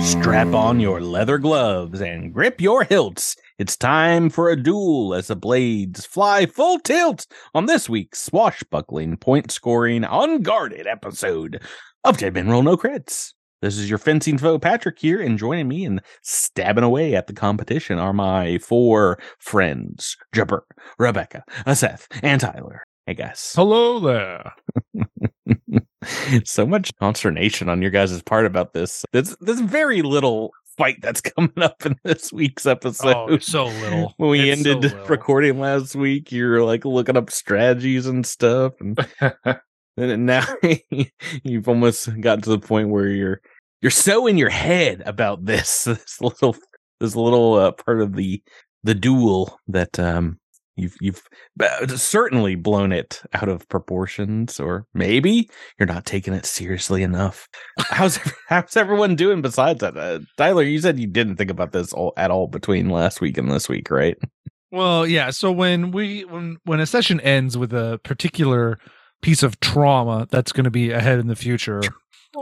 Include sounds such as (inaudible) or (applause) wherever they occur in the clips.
Strap on your leather gloves and grip your hilts. It's time for a duel as the blades fly full tilt on this week's swashbuckling, point scoring, unguarded episode of Dead Men Roll No Creds. This is your fencing foe, Patrick, here, and joining me and stabbing away at the competition are my four friends Jabber, Rebecca, Seth, and Tyler. Hey, guys. Hello there. (laughs) so much consternation on your guys' part about this. There's, there's very little fight that's (laughs) coming up in this week's episode. oh, so little. (laughs) when we It's so ended little. recording last week, you're like looking up strategies and stuff, (laughs) and, and now (laughs) you've almost gotten to the point where you're you're so in your head about this (laughs) this little this little uh, part of the the duel that um you've you've uh, certainly blown it out of proportions, or maybe you're not taking it seriously enough. How's ev- how's everyone doing besides that? Uh, Tyler, you said you didn't think about this all, at all between last week and this week, right? Well, yeah. So when we when when a session ends with a particular piece of trauma that's going to be ahead in the future,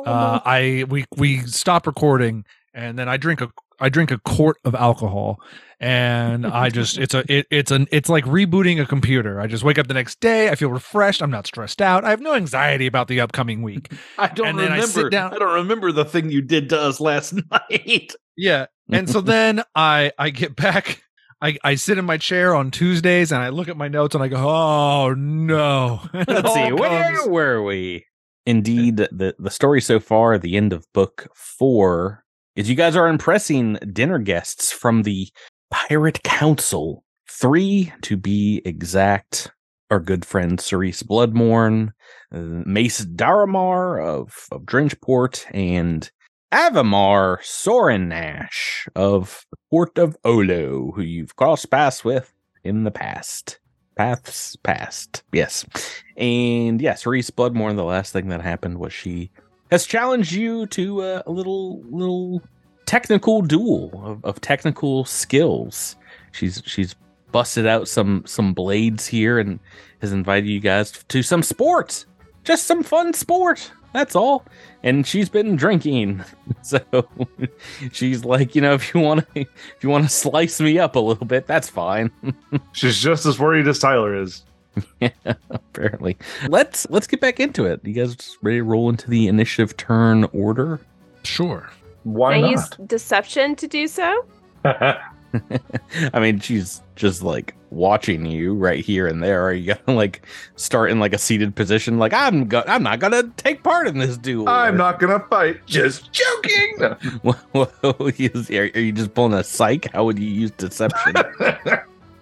uh, I we we stop recording and then I drink a I drink a quart of alcohol and I just it's a it, it's an it's like rebooting a computer. I just wake up the next day, I feel refreshed, I'm not stressed out, I have no anxiety about the upcoming week. I don't And then remember. I I, sit down- don't remember the thing you did to us last (laughs) (laughs) night. Yeah. And so then I I get back I, I sit in my chair on Tuesdays and I look at my notes and I go, oh no. (laughs) (laughs) And it Let's see, all where comes- were we? Indeed, the the story so far, the end of book four, is you guys are impressing dinner guests from the Pirate Council. Three, to be exact, our good friend Cerise Bloodmorn, uh, Mace Daramar of, of Drenchport, and Avamar Sorin Nash of the Port of Olo, who you've crossed paths with in the past. Paths past, yes. And yes, Reese Bloodmore, the last thing that happened was she has challenged you to uh, a little little technical duel of, of technical skills. She's she's busted out some some blades here and has invited you guys to some sports. Just some fun sport. That's all. And she's been drinking. (laughs) So she's like, you know, if you want to if you want to slice me up a little bit, that's fine. She's just as worried as Tyler is. (laughs) apparently. Let's let's get back into it. You guys just ready to roll into the initiative turn order? (laughs) Sure. Why Can I use (laughs) not? deception to do so? I mean, she's just like watching you right here and there. Are you gonna (laughs) like start in like a seated position? Like I'm go- I'm not gonna take part in this duel. I'm Or- not gonna fight. Just joking. No. (laughs) Whoa, (laughs) is- are are you just pulling a psych? How would you use (laughs) deception? Well,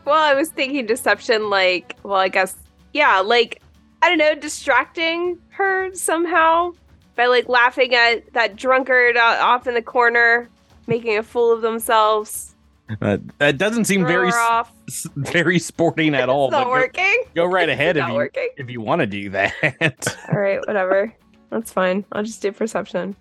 I was thinking deception, like, well, I guess, yeah, like, I don't know, distracting her somehow by like laughing at that drunkard out, off in the corner, making a fool of themselves. Uh, that doesn't seem throw very her s- off. s- very sporting at all. it's not but go, working. go right It's ahead if not you, working. if you want to do that. (laughs) All right, whatever. That's fine. I'll just do perception.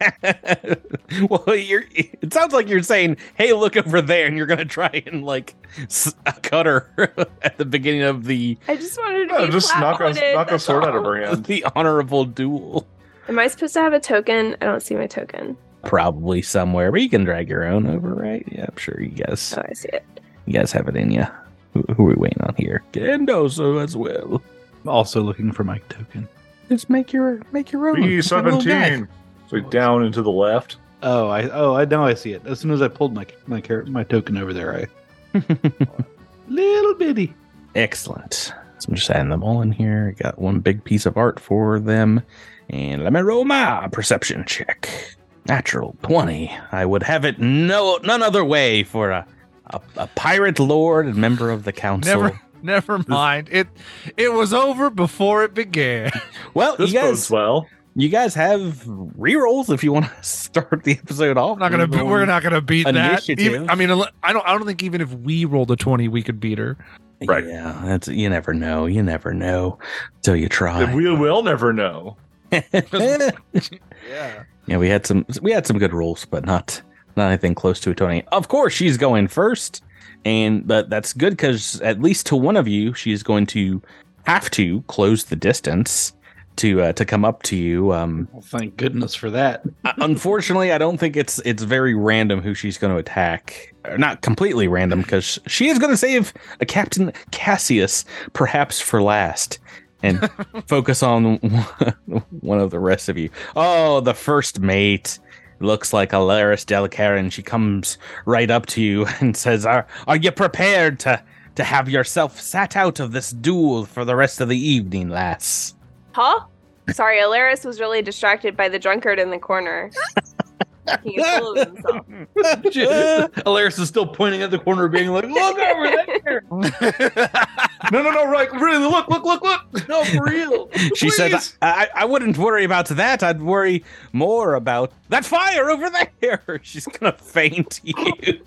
(laughs) well, you're. It sounds like you're saying, "Hey, look over there," and you're gonna try and like s- cut her (laughs) at the beginning of the I just wanted to Yeah, be just knock a flat-footed, knock a that's sword out of all. her hand. (laughs) the honorable duel. Am I supposed to have a token? I don't see my token. Probably somewhere, but you can drag your own over, right? Yeah, I'm sure you guys Oh, I see it. you guys have it in you. Who, who are we waiting on here? Gendoso as well. also looking for my token. Just make your make your own. B Have a little guy. seventeen. So down and to the left. Oh, I oh I now I see it. As soon as I pulled my my car- my token over there, I (laughs) little bitty. Excellent. So I'm just adding them all in here. Got one big piece of art for them. And let me roll my perception check. Natural 20. I would have it no none other way for a, a, a pirate lord and member of the council. Never never mind. It it was over before it began. (laughs) Well, This you bodes guys, well. you guys have re-rolls if you want to (laughs) start the episode off. I'm not gonna be- we're not gonna beat that. Um, Initiative. Even, I mean, unle- I don't I don't think even if we rolled a twenty, we could beat her. Right. Yeah, that's you never know. You never know till you And try. we will never know. (laughs) Yeah. Yeah, we had some we had some good rolls, but not not anything close to a twenty. Of course, she's going first, and but that's good because at least to one of you, she's going to have to close the distance to uh, to come up to you. Um, Well, thank goodness for (laughs) that. Uh, unfortunately, I don't think it's it's very random who she's going to attack. Uh, Not completely random because she is going to save a Captain Cassius perhaps for last and focus on (laughs) one of the rest of you. Oh, the first mate looks like Alaris Delacaran. She comes right up to you (laughs) and says, "Are are you prepared to to have yourself sat out of this duel for the rest of the evening, lass?" Huh? Sorry, Alaris was really distracted by the drunkard in the corner. He fooled himself. Alaris is still pointing at the corner, being like, "Look over (laughs) there!" No, no, no, right. Really, look, look, look, look. No, (laughs) for real. She said, Please. I, I wouldn't worry about that. I'd worry more about that fire over there. (laughs) She's going to faint (laughs) you.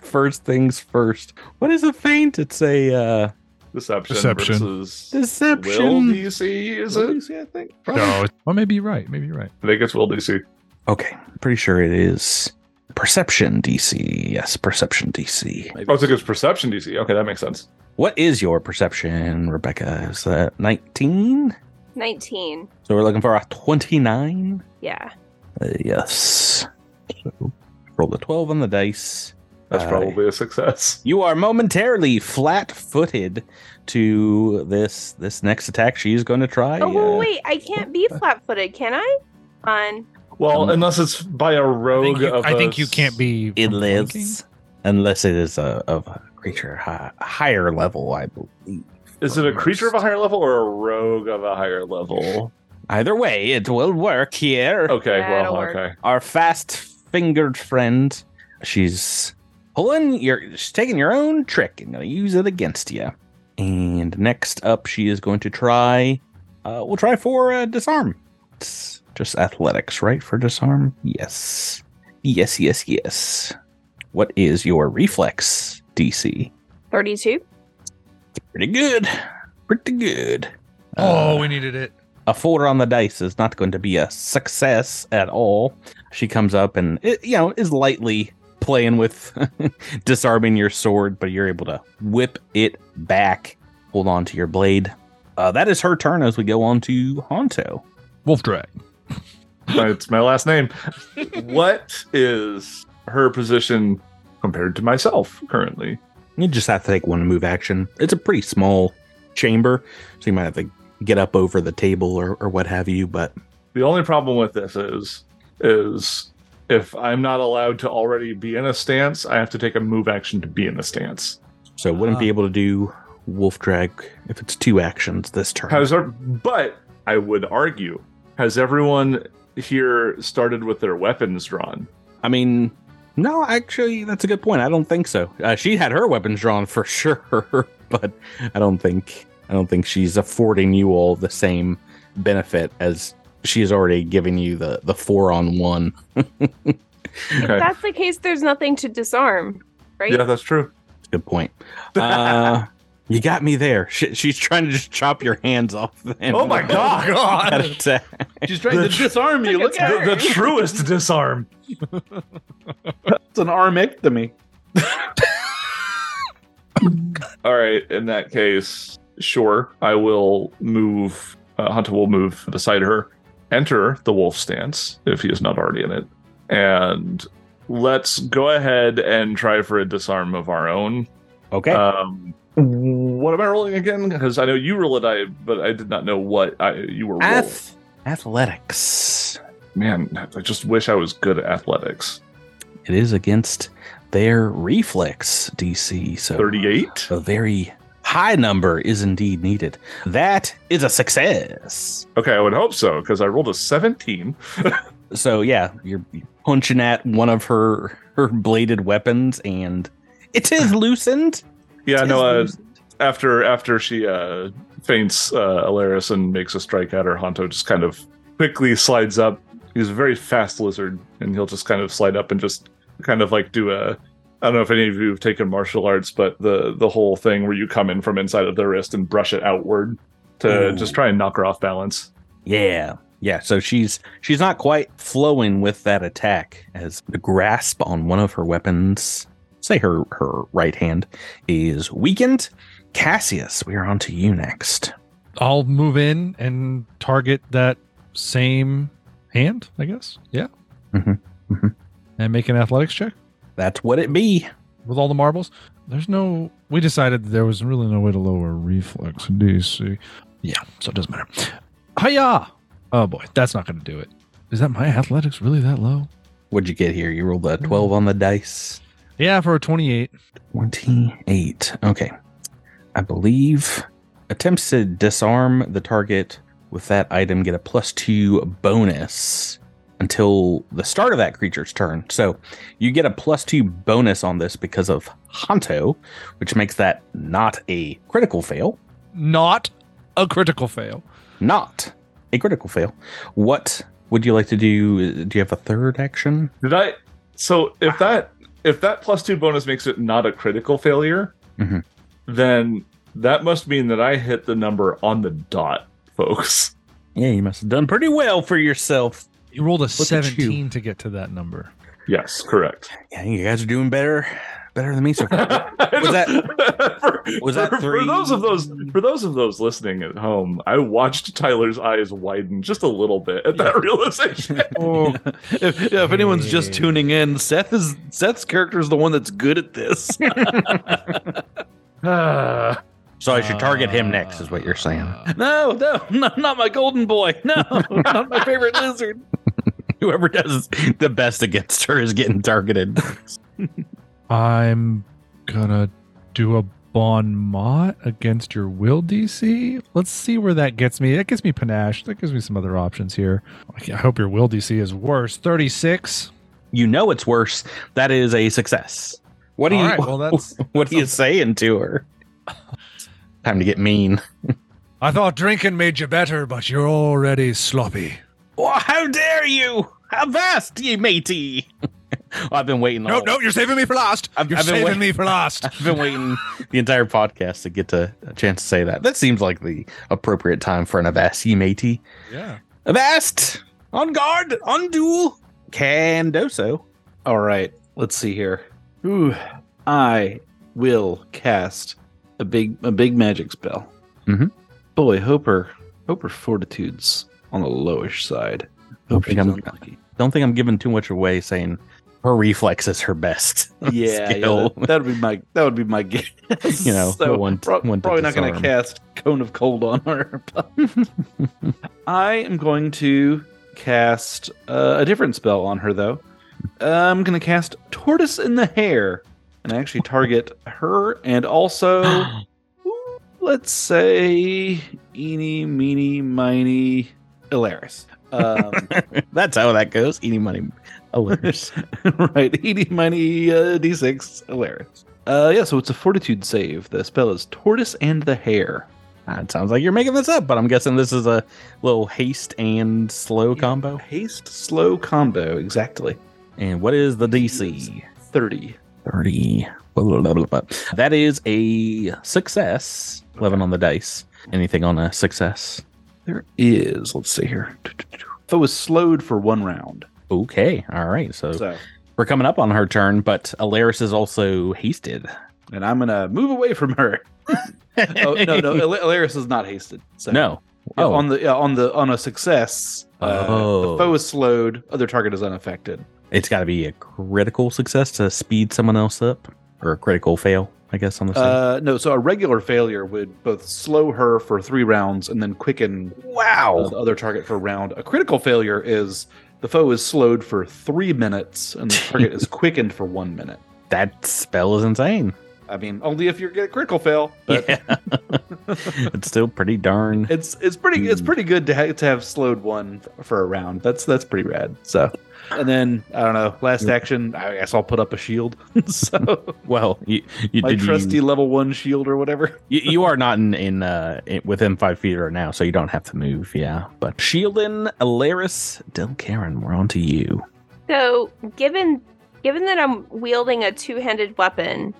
first things first. What is a faint? It's a uh, Deception, Deception. versus Will deception. DC, is it? DC, I think. No, it- well, maybe you're right. Maybe you're right. I think it's Will DC. Okay, pretty sure it is perception DC. Yes, perception DC. Oh, I think it's Perception DC. Okay, that makes sense. What is your perception, Rebecca? Is that 19? 19. So we're looking for a 29? Yeah. Uh, yes. So, roll the 12 on the dice. Uh, That's Aye. probably a success. You are momentarily flat-footed to this this next attack she's going to try. Oh, uh, well, wait. I can't be flat footed, can I? On. Well, Um, unless it's by a I rogue think you, of I a think you can't be. uh, it from lives flanking. unless it is a of a creature hi- higher level, I believe. Is it a creature of a higher level or a rogue of a (laughs) higher level? Either way, it will work here. Okay, That'll well, work. okay. Our fast-fingered friend, she's pulling your she's taking your own trick and going to use it against you. And next up, she is going to try. Uh, we'll try for uh, disarm. It's just athletics, right? For disarm? Yes. Yes, yes, yes. What is your reflex DC? 32. Pretty good. Pretty good. Oh, Uh, we needed it. a four on the dice is not going to be a success at all. She comes up and it, you know is lightly playing with (laughs) disarming your sword, but you're able to whip it back. Hold on to your blade. Uh, that is her turn as we go on to Honto. Wolf drag. it's my (laughs) last name. what is her position compared to myself currently? You just have to take one move action. It's a pretty small chamber, so you might have to get up over the table or, or what have you. But The only problem with this is is if I'm not allowed to already be in a stance, I have to take a move action to be in a stance. so wouldn't be Ah. able to do wolf drag if it's two actions this turn. Has our, but I would argue, has everyone here started with their weapons drawn? I mean, no, actually, that's a good point. I don't think so. Uh, she had her weapons drawn for (laughs) sure, but I don't think I don't think she's affording you all the same benefit as she's already giving you the the four on one. Okay. That's the case. There's nothing to disarm, right? Yeah, that's true. Good (laughs) point. Uh, you got me there. She, she's trying to just chop your hands off. And (laughs) Oh my God. That attack. She's trying (laughs) to disarm you. Look at her. Look The truest disarm. It's an armectomy. All right, in that case, sure, I will move. Uh, Hunter will move beside her, enter the wolf stance if he is not already in it, and let's go ahead and try for a disarm of our own. Okay. Um, what am I rolling again? Because I know you rolled it, I but I did not know what I, you were rolling. Ath- athletics. Man, I just wish I was good at athletics. It is against their reflex DC. So Thirty-eight. A very high number is indeed needed. That is a success. Okay, I would hope so because I rolled a seventeen. So yeah, you're punching at one of her her bladed weapons, and it is loosened. Yeah, It no, is uh, loosened. after after she uh, faints uh, Alaris and makes a strike at her, Honto just kind of quickly slides up. He's a very fast lizard, and he'll just kind of slide up and just kind of like do a. I don't know if any of you have taken martial arts, but the the whole thing where you come in from inside of the wrist and brush it outward to Ooh. just try and knock her off balance. Yeah, yeah. So she's she's not quite flowing with that attack as the grasp on one of her weapons, say her her right hand, is weakened. Cassius, we are on to you next. I'll move in and target that same hand, I guess. Yeah. Mhm, Mm-hmm. mhm. And make an athletics check That's what it be. with all the marbles. There's no. We decided that there was really no way to lower reflex DC. Yeah, so it doesn't matter. Hiya! Oh boy, that's not going to do it. Is that my athletics really that low? What'd you get here? You rolled a 12 on the dice. Yeah, for a 28. 28. Okay. I believe attempts to disarm the target with that item get a plus two bonus until the start of that creature's turn. So you get a plus two bonus on this because of Honto, which makes that not a critical fail. Not a critical fail. Not a critical fail. What would you like to do? Do you have a third action? Did I? So if that if that plus two bonus makes it not a critical failure, Mhm. then that must mean that I hit the number on the dot, folks. Yeah, you must have done pretty well for yourself. You rolled a you. 17 to get to that number. Yes, (laughs) correct. Yeah, you guys are doing better, better than me so (laughs) far. Was that for, was that for, for those of those three? for those of those listening at home? I watched Tyler's eyes widen just a little bit at that (laughs) realization. Oh, (laughs) If, yeah, if anyone's just Hey. tuning in, Seth is Seth's character is the one that's good at this. Ah. So I should target him next, is what you're saying. no, no, (laughs) no, not my golden boy. (laughs) No, not my favorite lizard. (laughs) Whoever does the best against her is getting targeted. I'm gonna do a bon mot against your will DC. Let's see where that gets me. That gives me panache. That gives me some other options here. I hope your will DC is worse. 36. You know it's worse. That is a success. What do All you? right, well, (laughs) that's- (laughs) what are you saying to (laughs) her? Time to get mean. I thought drinking made you better, but you're already sloppy. Oh, how dare you? How vast, ye matey! (laughs) I've been waiting. all- you're saving me for last. I've- You're I've been saving wait- me for (laughs) last. I've been waiting the entire podcast to get to a chance to say that. That seems like the appropriate time for an avast, ye matey. (laughs) yeah. Avast! On guard! On duel! Can do so. All right, let's see here. Ooh, I will cast a big a big magic spell. Mhm. Boy, Hoper, Hoper fortitude's on the lowish side. Don't Hope think she's I'm- unlucky. Don't think I'm giving too much away saying her reflex is her best. (laughs) (laughs) Yeah, yeah skill. that, that would be my that would be my (laughs) guess. You know, so one- pro- one to probably not going to disarm. cast cone of cold on her. (laughs) but- I am going to cast uh, a different spell on her though. I'm going to cast Tortoise in the Hair, and I actually target her and (gasps) also ooh, let's say eeny meeny miny Ilaris. Um, That's how that goes. Any money. (laughs) Alerts. (laughs) right, eeny miny uh, d6 Ilaris. Uh, yeah, so it's a Fortitude save. The spell is Tortoise and the Hare. Uh, it sounds like you're making this up, but I'm guessing this is a little haste and slow combo. Haste slow combo, exactly. And what is the DC? 30. 30. Blah, blah, blah, blah, blah. That is a success. 11 on the dice. Anything on a success? There is, let's see here. (laughs) Foe was slowed for one round. Okay. All right. So, So, we're coming up on her turn, but Alaris is also hasted. and I'm going to move away from her. (laughs) oh, no, (laughs) no, Ila- Ilaris is not hasted. So. No. Yeah, Oh, on the yeah, on the on a success, uh, Oh. the foe is slowed. Other target is unaffected. it's got to be a critical success to speed someone else up, or a critical fail, I guess. On the side. Uh, no, so a regular failure would both slow her for three rounds and then quicken uh, wow. the other target for a round. A critical failure is the foe is slowed for three minutes and the (laughs) target is quickened for one minute. That spell is insane. I mean, only if you're gonna critical fail. But Yeah. (laughs) it's still pretty darn. it's it's pretty it's Hmm. pretty good to ha- to have slowed one f- for a round. That's that's pretty rad. So, and then I don't know. Last action, I guess I'll put up a shield. (laughs) (laughs) so Well, you, you, my did trusty You, level one shield or whatever. you, you are not in, in, uh, in- within five feet right now, so you don't have to move. Yeah. But Shieldin, Alaris, Del Karen, we're on to you. So, given given that I'm wielding a two-handed weapon,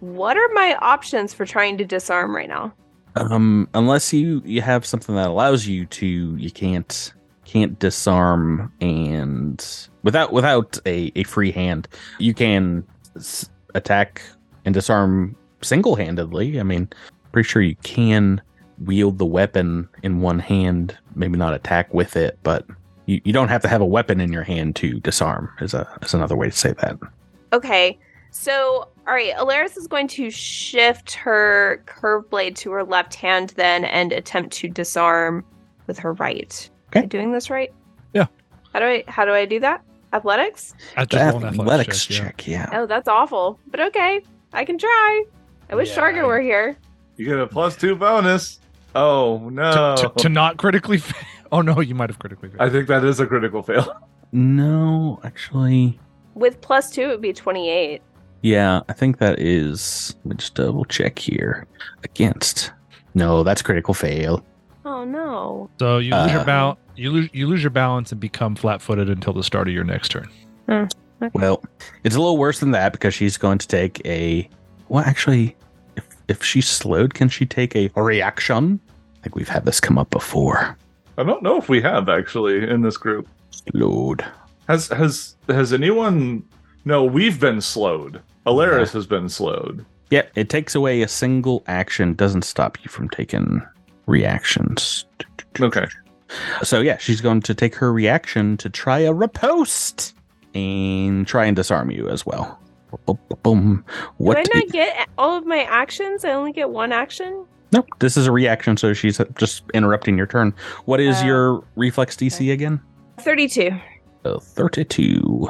what are my options for trying to disarm right now? Um, unless you you have something that allows you to, you can't can't disarm and without without a a free hand, you can s- attack and disarm single handedly. I mean, pretty sure you can wield the weapon in one hand, maybe not attack with it, but you, you don't have to have a weapon in your hand to disarm is a is another way to say that. Okay. So, all right, Alaris is going to shift her curve blade to her left hand then and attempt to disarm with her right. Am I Okay. doing this right? Yeah. How do I how do I do that? Athletics? I just roll an athletics check, yeah. yeah. Oh, that's awful. But okay. I can try. I wish Yeah, Sharga I- were here. You get a plus two bonus. Oh no! to, to, to not critically fail. (laughs) Oh no, you might have critically failed. I think that is a critical fail. No, actually, With plus 2 it would be 28. yeah, I think that is. Let me just double check here. Against. No, that's critical fail. Oh no. so you lose Uh. your balance. You lose, you lose your balance and become flat-footed until the start of your next turn. Well, it's a little worse than that because she's going to take a. Well, actually, if if she's slowed, can she take a reaction? I think we've had this come up before. I don't know if we have actually in this group. Load. Has has has anyone? No, we've been slowed. Alaris has been slowed. Yeah, it takes away a single action, doesn't stop you from taking reactions. Okay. So yeah, she's going to take her reaction to try a riposte and try and disarm you as well. Boom, boom, boom. What? do I i- not get all of my actions? I only get one action? nope. This is a reaction, so she's just interrupting your turn. What is Uh, your reflex DC okay. again? 32. Uh, Thirty-two,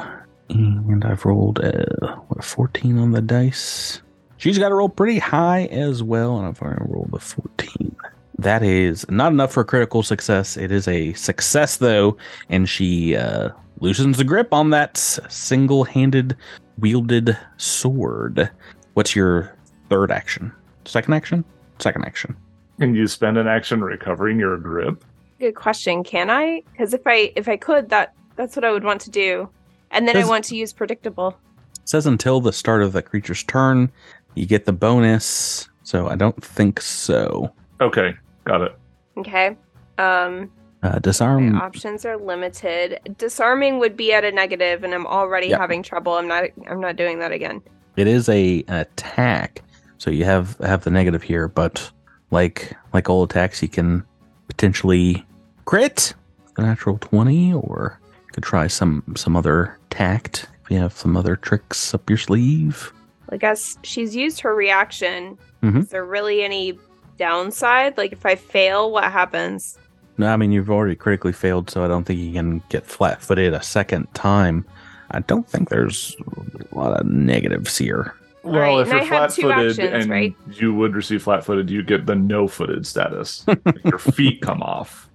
and I've rolled uh, what, fourteen on the dice. She's got to roll pretty high as well, and I've already rolled a fourteen. That is not enough for critical success. It is a success though, and she uh, loosens the grip on that s- single-handed wielded sword. What's your third action? Second action? Second action. Can you spend an action recovering your grip? Good question. Can I? Because if I if I could, that that's what I would want to do, and then I Does- want to use predictable. says until the start of the creature's turn, you get the bonus. So I don't think so. Okay, got it. Okay. Um, Uh, my disarm. options are limited. Disarming would be at a negative, and I'm already Yep. having trouble. I'm not. I'm not doing that again. It is a an attack, so you have have the negative here. But like like all attacks, you can potentially crit a natural twenty, or you could try some some other tact. If you have some other tricks up your sleeve, I guess she's used her reaction. Mhm. Is there really any downside? Like if I fail, what happens? no, I mean you've already critically failed, so I don't think you can get flat footed a second time. I don't think there's a lot of negatives here. (laughs) Well, Right, if and you're I have two flat-footed actions, and right? you would receive flat-footed, you get the (laughs) no-footed status. Like, your feet come off.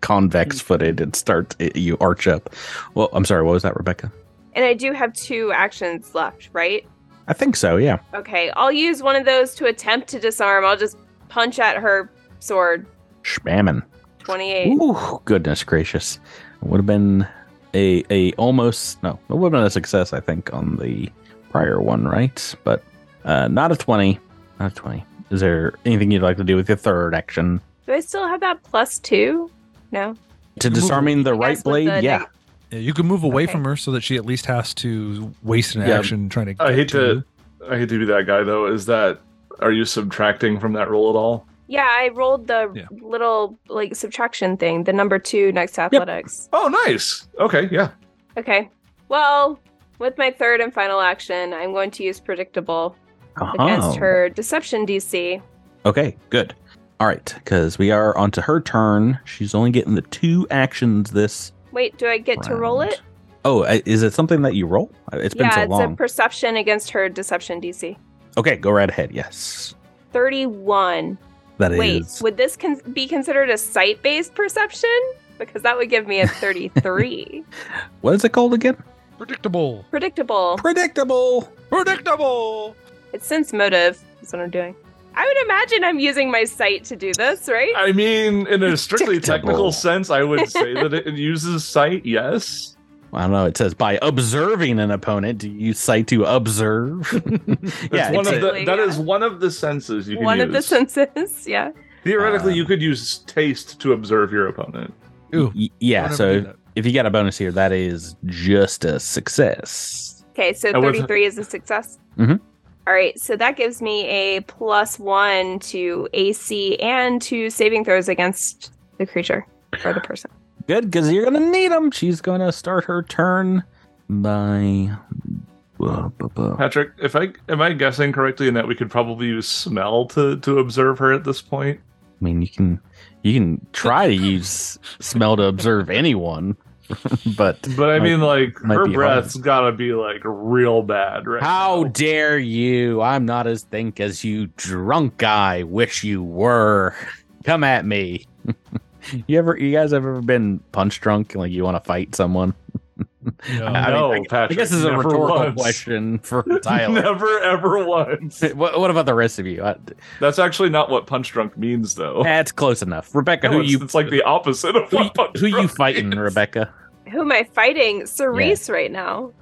convex footed and start you arch up. Well, I'm sorry, what was that, Rebecca? And I do have two actions left, right? I think so, yeah. Okay. I'll use one of those to attempt to disarm. I'll just punch at her sword. Spamming. Twenty-eight. Ooh, goodness gracious. Would have been a a almost no, it would have been a success, I think, on the prior one, right? But uh not a twenty. Not a twenty. Is there anything you'd like to do with your third action? Do I still have that plus two? No. To disarming the I right guess with blade? the yeah. neg- Yeah, you can move away Okay. from her so that she at least has to waste an Yeah. action trying to. I get hate you. to, I hate to be that guy though. Is that are you subtracting from that roll at all? Yeah, I rolled the Yeah. little like subtraction thing, the number two next to athletics. Oh, nice. Okay, yeah. Okay. Well, with my third and final action, I'm going to use predictable Oh. against her deception DC. Okay, good. All right, because we are onto her turn. She's only getting the two actions this Wait, do I get to roll round. it? Oh, i- is it something that you roll? Uh, It's been yeah, so it's long. a perception against her deception DC. okay, go right ahead. Yes, Thirty-one. that is. Wait, would this con- be considered a sight-based perception? Because that would give me a (laughs) thirty-three. What is it called again? predictable. predictable. Predictable. Predictable. It's sense motive. That's what I'm doing. I would imagine I'm using my sight to do this, right? I mean, in a strictly Predictable. technical sense, I would say that it uses sight. Yes. I don't know. It says by observing an opponent, do you sight to observe? (laughs) That's yeah, one it's of a- the, that yeah. is one of the senses you can One use. of the senses, (laughs) yeah. Theoretically, Uh, you could use taste to observe your opponent. Ooh, y- yeah. don't ever do So that. if you got a bonus here, that is just a success. Okay, so I was- Mm-hmm. 33 is a success. All right, so that gives me a plus one to AC and to saving throws against the creature or the person. Good, because you're gonna need them. She's gonna start her turn by. Patrick, if I am I guessing correctly in that we could probably use smell to to observe her at this point. I mean, you can you can try to (laughs) use smell to observe anyone, (laughs) but But I Might- mean, like might her be breath's gotta be like real bad, right? how now. dare you? I'm not as think as you, drunk guy. Wish you were. Come at me. (laughs) you ever? You guys have ever been punch drunk? and, Like you want to fight someone? No. I mean, no, I guess- I Patrick. guess this is a never rhetorical once. question (laughs) for Tyler. Never (laughs) ever once. What, what about the rest of you? I, That's actually not what punch drunk means, though. that's close enough. (laughs) Rebecca, No, who it's, you it's like the opposite of who, what punch who you (laughs) drunk (laughs) fighting, is. Rebecca? Who am I fighting? Cerise right now.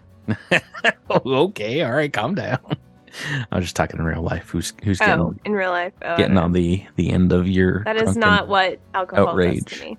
Oh, okay, all right, calm down. (laughs) I'm just talking in real life. Who's who's Oh, getting in real life. Oh, getting on the the end of your? That is drunken- not what alcohol does outrage. (laughs) to me.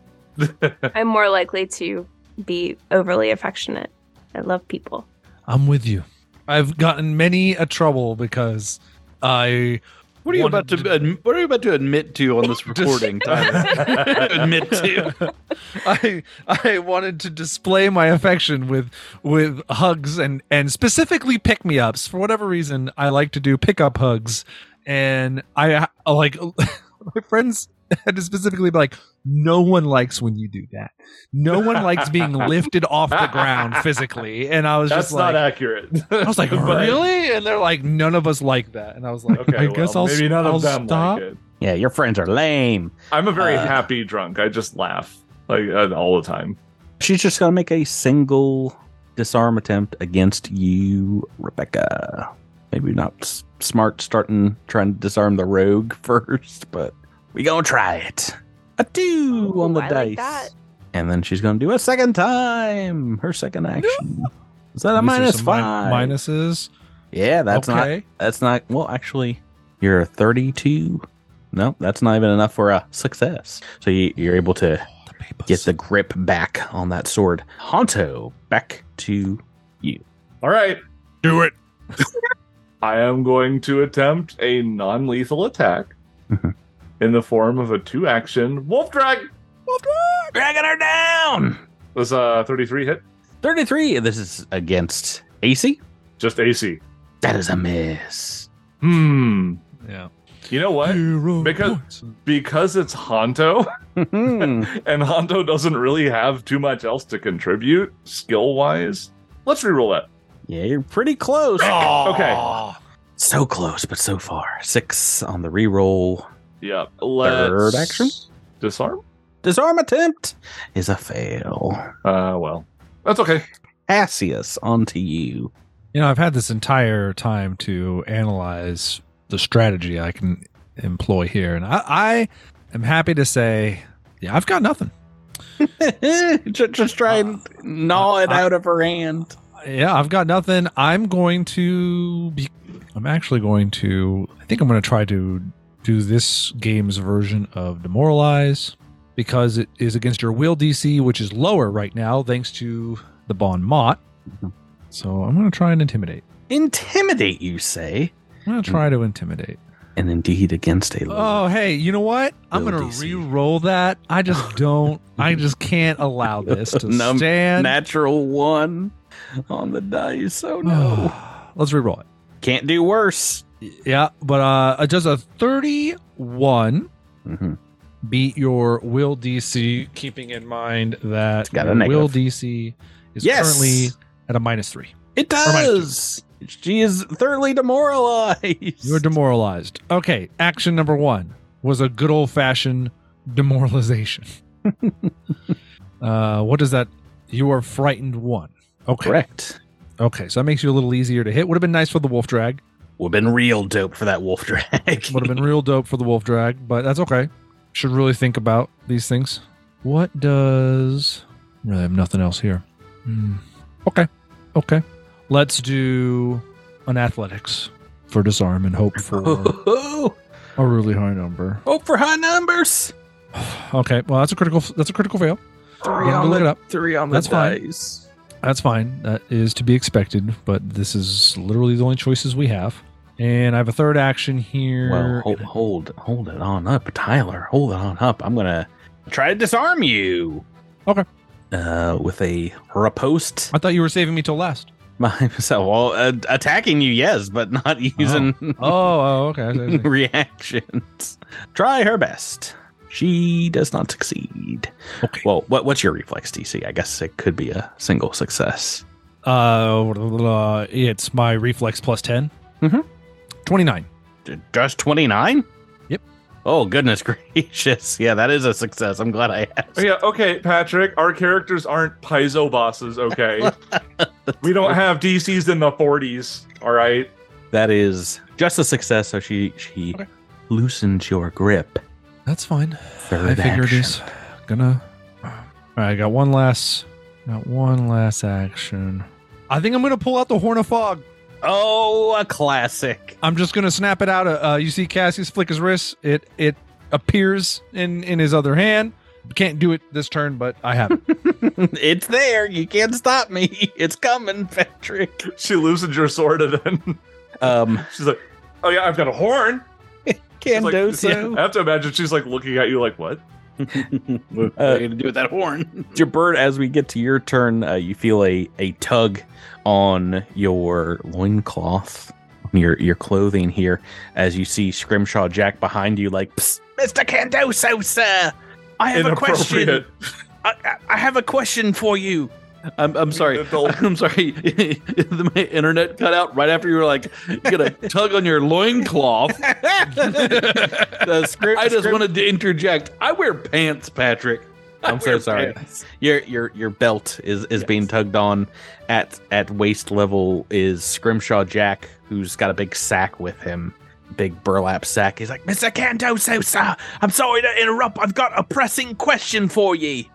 I'm more likely to be overly affectionate. I love people. I'm with you. I've gotten many a trouble because I What are you One- about to adm- What are you about to admit to (laughs) on this recording, (laughs) Tyler? admit to. (laughs) I I wanted to display my affection with with hugs and and specifically pick me ups. For whatever reason, I like to do pick up hugs, and I I like (laughs) my friends had to specifically be like, no one likes when you do that. No one likes (laughs) being lifted off the ground physically, and I was That's just like. not accurate. I was like, (laughs) But- really? And they're like, none of us like that. And I was like, Okay, I guess well, I'll, maybe none I'll of them stop. like it. Yeah, your friends are lame. I'm a very Uh, happy drunk. I just laugh like uh, all the time. She's just gonna make a single disarm attempt against you, Rebecca. Maybe not s- smart starting trying to disarm the rogue (laughs) first, but we gonna try it. A two on Ooh, the I dice. like that. And then she's gonna do a second time. Her second action. Is that a These are minus some min- five? minuses. Yeah, that's not. okay. That's not. Well, actually, you're a 32. No, that's not even enough for a success. So you, you're able to get the grip back on that sword. Honto, back to All right, do it. I am going to attempt a non-lethal attack Mhm. in the form of a two-action wolf drag. dragging her down. Was uh 33 hit? 33. This is against AC. Just AC. That is a miss. Hmm. Yeah. You know what? Because- Because it's Honto, Mhm. (laughs) and Honto doesn't really have too much else to contribute skill wise. Let's reroll that. (laughs) yeah, you're pretty close. Ah. Okay. So close, but so far. Six on the reroll. Yeah. Let's Third action? Disarm? Disarm attempt is a fail. Uh, well, that's okay. Cassius, onto you. You know, I've had this entire time to analyze the strategy I can employ here, and I, I am happy to say, yeah, I've got nothing. just, just (laughs) try and gnaw it uh, out of her hand. Yeah, I've got nothing. I'm going to be. I'm actually going to. I think I'm going to try to do this game's version of Demoralize because it is against your will DC, which is lower right now thanks to the Bon Mot. Mhm. So I'm going to try and intimidate. Intimidate, you say? I'm going to try to intimidate. And indeed against a Oh, low. hey, you know what? I'm Will going to DC. re-roll that. (laughs) I just don't. I just can't allow this to Num- stand. natural one on the dice. Oh no. (sighs) Let's re-roll it. Can't do worse. Yeah, but uh just a 31 Mhm. beat your will DC, keeping in mind that got a your negative. will DC is Yes! currently at a minus three. It minus two. does. She is thoroughly demoralized. You're demoralized. Okay, action number one was a good old fashioned (laughs) demoralization. uh, what does that? You are frightened one. Okay. correct. Okay, so that makes you a little easier to hit. Would have been nice for the wolf drag. Would have been real dope for that wolf drag. Would have been real dope for the wolf drag, but that's okay. Should really think about these things. What does really have nothing else here? Hmm. Okay, okay. Let's do an athletics for disarm and hope (laughs) for Oh, a really high number. (laughs) hope for high numbers. Okay, well that's a critical. That's a critical fail. Three Look- on look the it up. three on the That's fine. dice. That's fine. That is to be expected, but this is literally the only choices we have. And I have a third action here. Well, hold, hold, hold it on up, Tyler. Hold it on up. I'm gonna try to disarm you. Okay. Uh, with a riposte I thought you were saving me till last. by (laughs) myself. Well, uh, attacking you, yes, but not using Oh, oh okay. I see, I (laughs) see. reactions. Try her best. She does not succeed. Okay. Well, what, what's your reflex DC? I guess it could be a single success. Uh, it's my reflex plus 10. Mm-hmm. Mhm. 29. Just 29? Yep. Oh, goodness (laughs) gracious. Yeah, that is a success. I'm glad I asked. Oh, yeah, okay, Patrick. Our characters aren't piezo bosses, okay? (laughs) we don't have DCs in the 40s, all right? That is just a success. So she she Okay. loosens your grip. That's fine. Third I figured action. he's gonna. All right, I got one last. Got one last action. I think I'm gonna pull out the horn of fog. Oh, a classic. (laughs) I'm just gonna snap it out. Uh, you see Cassius flick his wrist. It it appears in in his other hand. Can't do it this turn, but I have (laughs) it. it's there. You can't stop me. It's coming, (laughs) Patrick. She loses your sword and then (laughs) Um, she's like, oh, yeah, I've got a horn. She's can like, do yeah, I have to imagine she's like looking at you like, what? what are you gonna do with that horn? Jabert, as we get to your turn, uh, you feel a, a tug on your loincloth, your your clothing here, as you see Scrimshaw Jack behind you, like, "Psst, Mr. Candoso, sir! I have a question. Inappropriate. I, I- I have a question for you. (laughs) I'm, I'm (laughs) sorry. Adult. I'm sorry. The- My internet cut out right after you were like, you're gonna (laughs) tug on your (laughs) loincloth. The script, I just wanted to interject. I wear pants, Patrick. I (laughs) I'm so wear sorry. pants. Your your your belt is is being tugged on at at waist level is Scrimshaw Jack, who's got a big sack with him, big burlap sack. He's like, Mister Canto Sosa, I'm sorry to interrupt. I've got a pressing question for ye.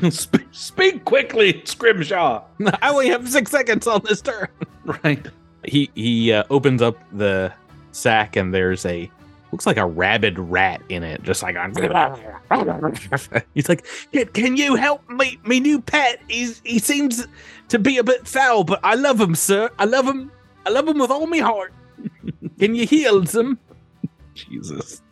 (laughs) Sp- speak quickly, Scrimshaw. I only have six seconds on this turn. (laughs) Right. He he uh, opens up the sack and there's a looks like a rabid rat in it, just like on. (laughs) He's like, "Can- "Can you help me? Me new pet. He's he seems to be a bit foul, but I love him, sir. I love him. I love him with all my heart. (laughs) Can you heal him?" Jesus.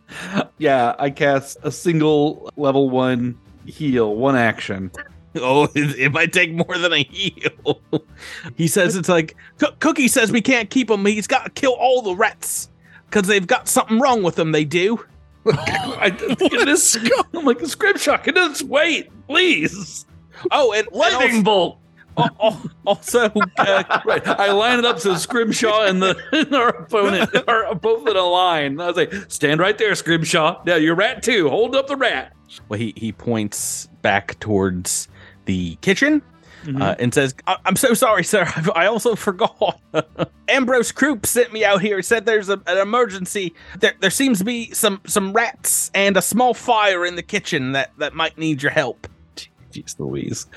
Yeah, I cast a single level one heal, one action. Oh, (laughs) it it might take more than a heal. (laughs) he says it's like "Cook- Cookie says we can't keep him. He's got to kill all the rats because they've got something wrong with them. They do. I, it (laughs) is, I'm like, Scrimshaw, can this wait, please? Oh, and Lightning lightning. bolt. (laughs) also, uh, Right. I line it up so Scrimshaw and, the, (laughs) and our (laughs) opponent are both in a line. I was like, stand right there, Scrimshaw. Now you're rat too. Hold up the rat. Well, he, he points back towards the kitchen Mm-hmm. uh, and says, I- I'm so sorry, sir. (laughs) I've- I also forgot. (laughs) Ambrose Croup sent me out here. Said there's a, an emergency. There, there seems to be some, some rats and a small fire in the kitchen that, that might need your help. (laughs) Jeez Louise.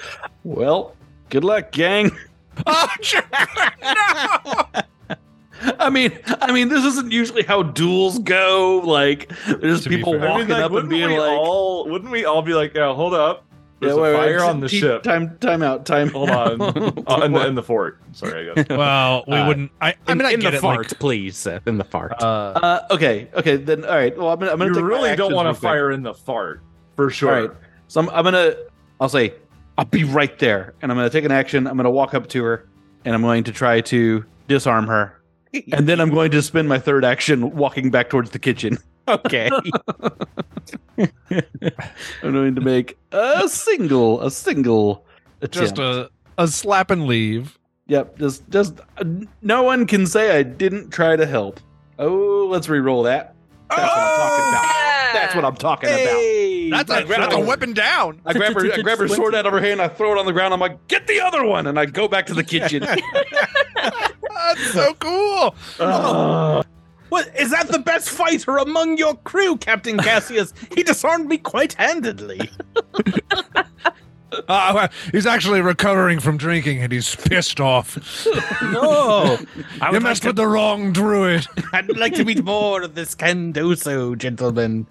Well, good luck, gang. (laughs) I mean, I mean, this isn't usually how duels go. Like, there's To be people fair. I walking I mean, up like, and wouldn't being we like, all wouldn't we all be like, yeah, hold up, there's Yeah, wait, a wait, fire on the t- (laughs) ship. Time, time out, time. Hold (laughs) on, (laughs) uh, in, the, in the fort. Sorry, I guess. Well, we Uh, wouldn't. I, I In- mean, I in get the it. fart, Like, please. sir, in the fart. uh, Uh, okay, okay, then all right. Well, I'm gonna, I'm gonna You take my really actions don't want real to quick. fire in the fart (laughs) for sure. All right, so I'm, I'm gonna, I'll say, I'll be right there, and I'm gonna take an action. I'm gonna walk up to her, and I'm going to try to disarm her, and then I'm going to spend my third action walking back towards the kitchen. (laughs) okay. (laughs) I'm going to make a single, a single attempt. just a, a slap and leave. Yep, just just uh, no one can say I didn't try to help. Oh, let's re-roll that. That's what I'm talking about. That's what (laughs) I'm talking about. That's a, that's a weapon down. I grab her, I grab (laughs) her sword out of her hand, I throw it on the ground. I'm like, get the other one, and I go back (laughs) to the kitchen. That's (laughs) so cool. What is that the best fighter among your crew, Captain Cassius? he disarmed me quite handedly. Uh, he's actually recovering from drinking and he's pissed off. No, I you would like messed to, with the wrong druid. (laughs) I'd like to meet more of this Candoso gentleman.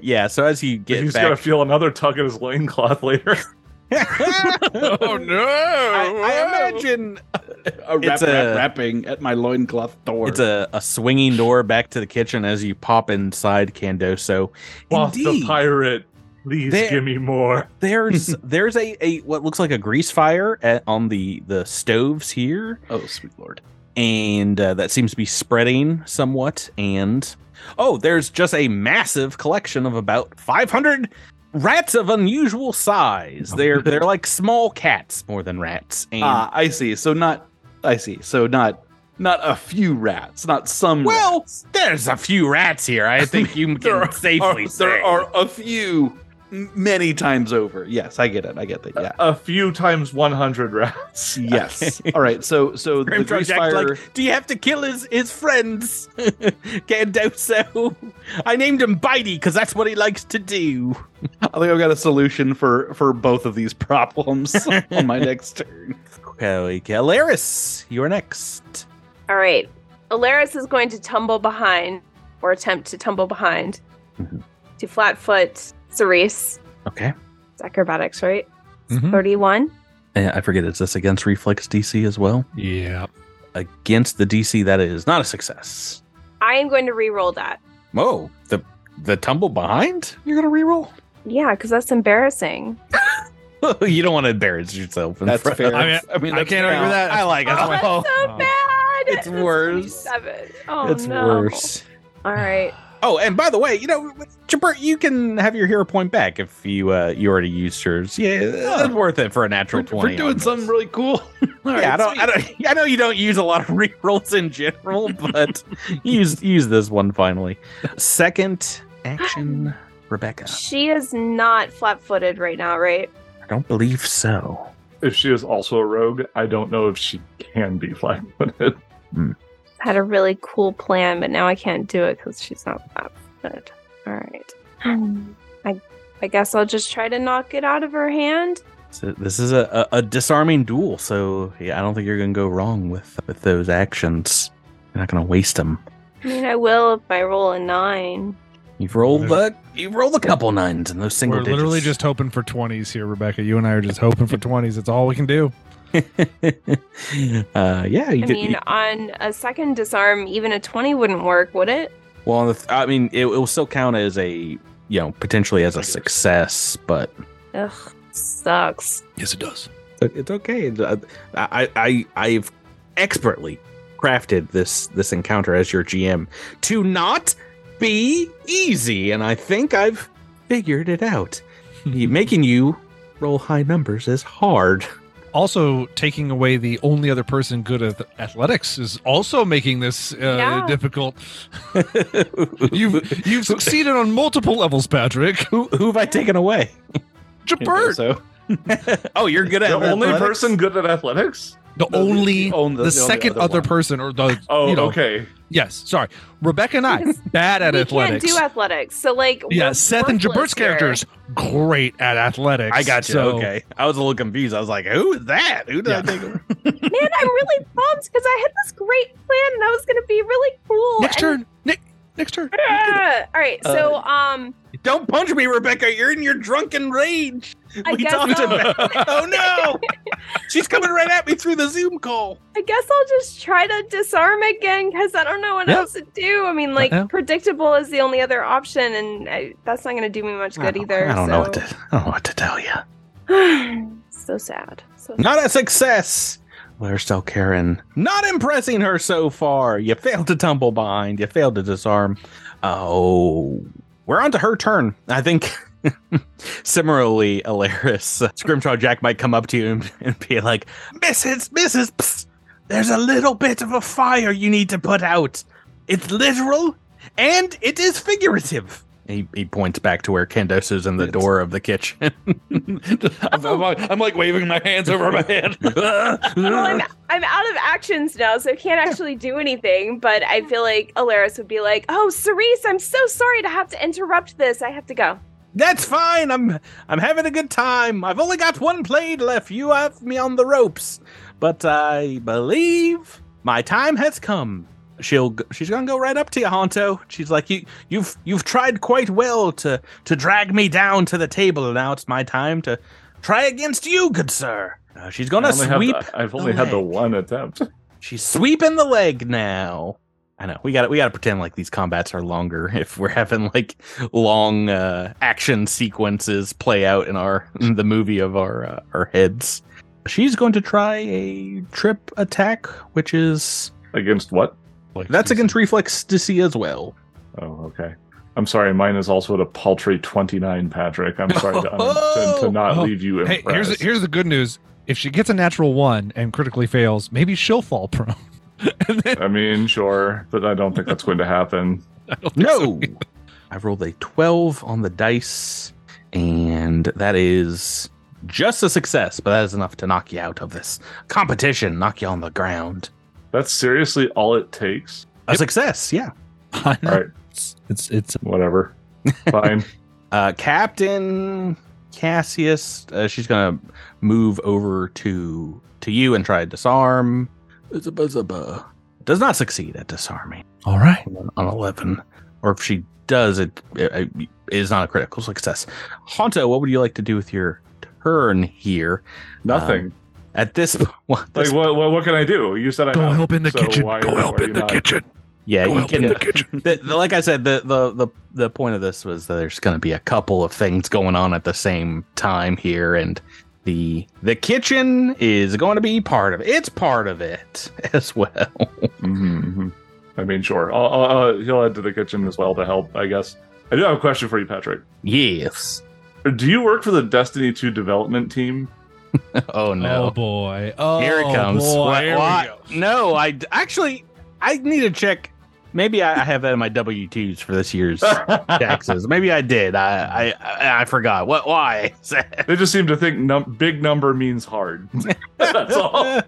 yeah, so as you get He's back, gonna feel another tug at his loincloth later. (laughs) oh no! I, I imagine a rap, It's a- rap rapping at my loincloth door. It's a, a swinging door back to the kitchen as you pop inside Candoso. Quoth the Indeed. pirate, please There- give me more. there's there's a, a what looks like a grease fire at, on the the stoves here oh sweet lord. and uh, that seems to be spreading somewhat and oh there's just a massive collection of about 500 rats of unusual (laughs) size they're they're like small cats more than rats and Ah, I see. So not I see. So not not a few rats, not some well there's a few rats here (laughs) i think you can There are- safely rats. say there are a few m- many times over. Yes, I get it. I get that. Yeah. A few times 100 rats. (laughs) Yes. All right. So (laughs) so the Grimdrop grease Jack's fire like, do you have to kill his, his friends? (laughs) Gandoso. I named him Bitey because that's what he likes to do. I think I've got a solution for for both of these (laughs) problems on my next turn. Kelly Galaris, you're next. All right. Alaris is going to tumble behind or attempt to tumble behind Mhm. to flatfoot Cerise. Okay. It's acrobatics, right? Mhm. 31. Eh, I forget, is this against reflex DC as well? Yeah. Against the DC, that is not a success. I am going to re-roll that. Oh, the the tumble behind? You're gonna reroll? (laughs) Yeah, because that's embarrassing. you don't want to embarrass yourself. In That's front. fair. I mean, I that's can't argue fair. with that. I like it. That's Oh, my- that's so Oh. bad. It's That's worse. 27. Oh, it's no. worse. All right. Oh, and by the way, you know, Jabert, you can have your hero point back if you uh, you already used yours. Yeah, it's worth it for a natural We're, twenty. we're doing on something this. really cool. (laughs) All right, yeah, I don't, sweet. I don't. (laughs) I know you don't use a lot of rerolls in general, but use use this one finally. Second action, Rebecca. She is not flat-footed right now, right? I don't believe so. If she is also a rogue, I don't know if she can be flat footed. Had a really cool plan, but now I can't do it because she's not flat-footed. All right. I, I guess I'll just try to knock it out of her hand. So this is a, a, a disarming duel, so yeah, I don't think you're gonna go wrong with with those actions. You're not gonna waste them. I mean, I will if I roll a nine. You've rolled the you've rolled a couple nines in those single We're literally digits. just hoping for twenties here, Rebecca. You and I are just hoping for twenties. It's all we can do. (laughs) uh, yeah, you I could- mean, on a second disarm, even a 20 wouldn't work, would it? well, on the th- I mean, it, it will still count as a you know potentially as a success, but Ugh, sucks. Yes, it does. it's okay. I I- I I've expertly crafted this this encounter as your GM to not be easy, and I think I've figured it out. (laughs) Making you roll high numbers is hard. also, taking away the only other person good at athletics is also making this uh, Yeah. difficult. You've you've succeeded on multiple levels, Patrick. who who have I taken away? You know, Jabert, (laughs) So oh, you're good at The only athletics? person good at athletics? the only own the, second other, one. person or the Oh, you know, okay. Yes, sorry, Rebecca and I Because bad at we athletics. can't do athletics. So, like, yeah, we're Seth and worthless Jabert's characters great at athletics. I got you. So, okay. I was a little confused. I was like, who is that? Who did I Yeah. take away? here. Man, (laughs) I'm really bummed because I had this great plan and I was going to be really cool. Next and- turn. Uh, Ne- next turn. Ah! all right. So, um, Don't punch me, Rebecca. You're in your drunken rage. I we guess talked I'll- (laughs) about. oh no! She's coming right at me through the Zoom call. I guess I'll just try to disarm again because I don't know what Yeah. else to do. I mean, like, Uh-uh. predictable is the only other option, and I, that's not going to do me much good either. I don't know what so- to. I don't know what to tell you. (sighs) so sad. So (laughs) Not a success. Where's still Karen? Not impressing her so far. You failed to tumble behind. You failed to disarm. Oh, we're on to her turn. I think. (laughs) Similarly, Alaris, uh, Scrimshaw Jack might come up to you and, and be like, Mrs. Mrs. Psst, there's a little bit of a fire you need to put out. It's literal and it is figurative. He, he points back to where Candos is in the door of the kitchen. (laughs) I'm, I'm like- I'm like waving my hands over (laughs) my head. Well, I'm, I'm out of actions now, so I can't actually do anything. But I feel like Alaris would be like, "Oh, Cerise, I'm so sorry to have to interrupt this. I have to go." That's fine. I'm I'm having a good time. I've only got one blade left. You have me on the ropes, but I believe my time has come. She'll g- she's gonna go right up to you, Honto. She's like you you've you've tried quite well to to drag me down to the table. and Now it's my time to Try against you, good sir. Uh, she's gonna I only have- sweep. I've only had the leg. one attempt. She's sweeping the leg now. I know we got to we got to pretend like these combats are longer (laughs) if we're having like long uh, action sequences play out in our in the movie of our uh, our heads. She's going to try a trip attack, which is Against what? Like that's he's- against reflex to see as well. Oh, okay. I'm sorry. Mine is also at a paltry 29, Patrick. I'm sorry to, to, to not Oh. leave you Hey, impressed. here's the, here's the good news. If she gets a natural one and critically fails, maybe she'll fall prone. (laughs) and then I mean, sure, but I don't think that's going to happen. I don't think so. No, I rolled a twelve on the dice, and that is just a success. But that is enough to knock you out of this competition, knock you on the ground. That's seriously all it takes. A success, yeah. I know. All right. It's, it's it's Whatever. (laughs) Fine. Uh, Captain Cassius, uh, she's gonna move over to to you and try to disarm. Zubba, zubba. Does not succeed at disarming all right. on eleven, or if she does, it, it, it is not a critical success. Honto, what would you like to do with your turn here? Um, Nothing. At this, (laughs) po- well, at this like, what, what, what can I do? You said I Go know. help in the So kitchen. why- Go why help are in you the not- kitchen. yeah, Go you help in can. the kitchen. (laughs) The, the, like I said, the, the the the point of this was that there's going to be a couple of things going on at the same time here, and the the kitchen is going to be part of it. It's part of it (laughs) as well. Mhm. I mean, sure. I'll, I'll, I'll- he'll head to the kitchen as well to help, I guess. I do have a question for you, Patrick. Yes. Do you work for the Destiny 2 development team? Oh Oh no. boy. Oh, here it comes. Boy. What- Here we what? go. No, I d- actually I need to check. Maybe I, I have that in my W twos for this (laughs) year's taxes. Maybe I did. I I- I, I forgot. What? (laughs) Why? (laughs) They just seem to think num- big number means hard. (laughs) That's all. Oh.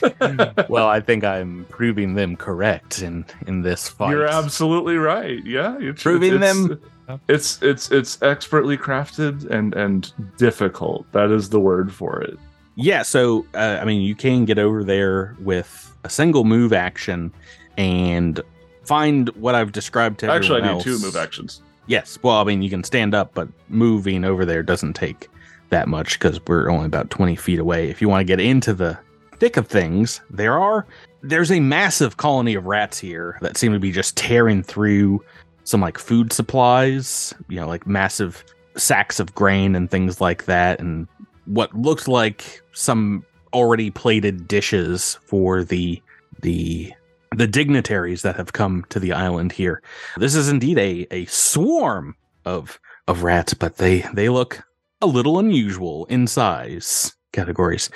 Mm. (laughs) well, I think I'm proving them correct in in this fight. You're absolutely right. Yeah, it's, Proving it's- them- It's it's it's expertly crafted and and difficult. That is the word for it. yeah. So uh, I mean, you can get over there with a single move action and find what I've described to Actually, I everyone need two else. move actions. Yes. Well, I mean, you can stand up, but moving over there doesn't take that much because we're only about 20 feet away. If you want to get into the thick of things, there are there's a massive colony of rats here that seem to be just tearing through some like food supplies, you know, like massive sacks of grain and things like that and what looked like some already plated dishes for the the the dignitaries that have come to the island here this is indeed a, a swarm of of rats, but they they look a little unusual in size categories.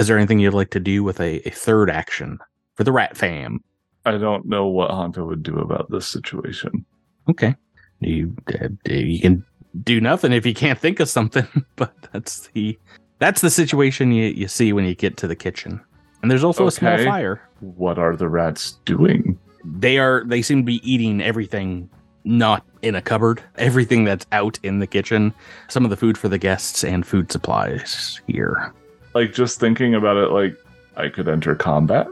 Is there anything you'd like to do with a, a third action for the rat fam? I don't know what Honto would do about this situation. Okay, you uh, you can do nothing if you can't think of something, (laughs) but that's the that's the situation you, you see when you get to the kitchen. And there's also a small Okay. fire. What are the rats doing? they are they seem to be eating everything not in a cupboard everything that's out in the kitchen some of the food for the guests and food supplies here Like just thinking about it, like I could enter combat.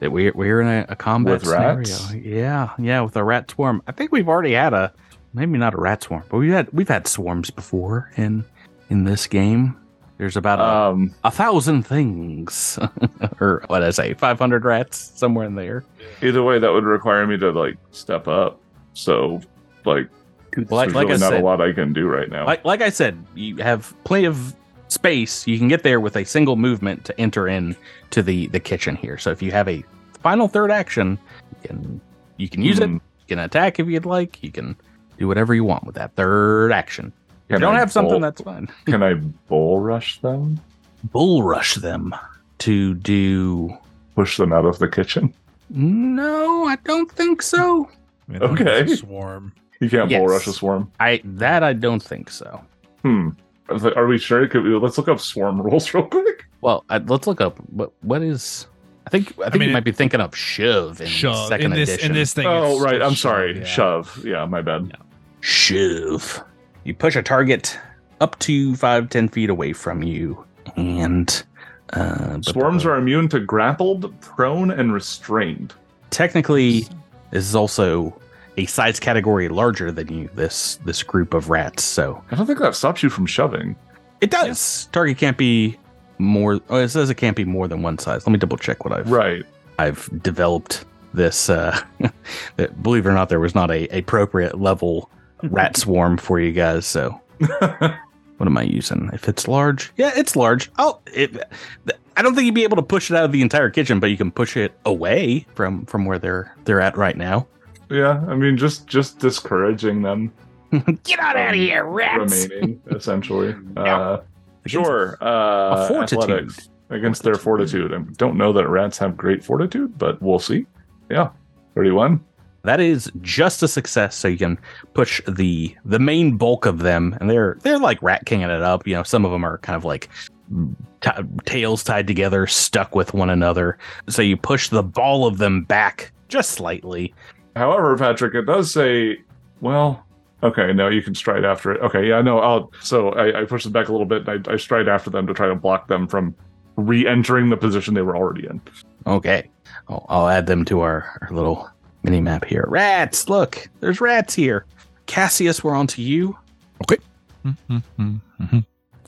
that we're, we're in a, a combat With rats? scenario. yeah yeah with a rat swarm i think we've already had a maybe not a rat swarm but we've had we've had swarms before in in this game there's about a, Um, a thousand things (laughs) or what did i say 500 rats somewhere in there either way, that would require me to like step up. So, like, Like- there's like I really not said- a lot I can do right now. Like, like I said, you have plenty of space. You can get there with a single movement to enter in to the the kitchen here. So if you have a final third action, you can you can use it. Hmm. You can attack if you'd like. You can do whatever you want with that third action. If Can you don't I have something, bowl- that's fine. Can I bull rush them? Bull rush them to do. Push them out of the kitchen? No, I don't think so. I mean, that was Okay. a Swarm. You can't Yes. bull rush a swarm. I that I don't think so. Hmm. I was like, Are we sure? Could we, let's look up swarm (laughs) rules real quick. Well, I, let's look up what what is. I think I think mean, you it- might be thinking of shove in Shove second in this edition. in this thing. Oh, it's- right. it's I'm shove, sorry. yeah. Shove. Yeah, my bad. Shove. You push a target up to five, ten feet away from you, and uh, Swarms are immune to grappled, prone, and restrained. technically. This is also a size category larger than you. This this group of rats. So I don't think that stops you from shoving. it does. Target can't be more. Oh, it says it can't be more than one size. Let me double check what I've Right. I've developed this. Uh, (laughs) that, believe it or not, there was not a appropriate level (laughs) rat swarm for you guys. So what am I using? If it's large, yeah, it's large. Oh, it, th- I don't think you'd be able to push it out of the entire kitchen, but you can push it away from from where they're they're at right now. yeah. I mean, just just discouraging them (laughs) Get out of here, rats! (laughs) remaining essentially. Uh, Against sure. Uh, a fortitude. athletics against their fortitude. I don't know that rats have great fortitude, but we'll see. Yeah. Thirty-one. That is just a success, so you can push the the main bulk of them, and they're they're like rat kinging it up. You know, some of them are kind of like t- tails tied together, stuck with one another. So you push the ball of them back just slightly. However, Patrick, it does say, well, okay, no, you can stride after it. Okay, yeah, no, I'll. So I, I push them back a little bit and I, I stride after them to try to block them from re entering the position they were already in. Okay, I'll, I'll add them to our, our little mini map here. Rats, look, there's rats here. Cassius, we're on to you. Mm-hmm.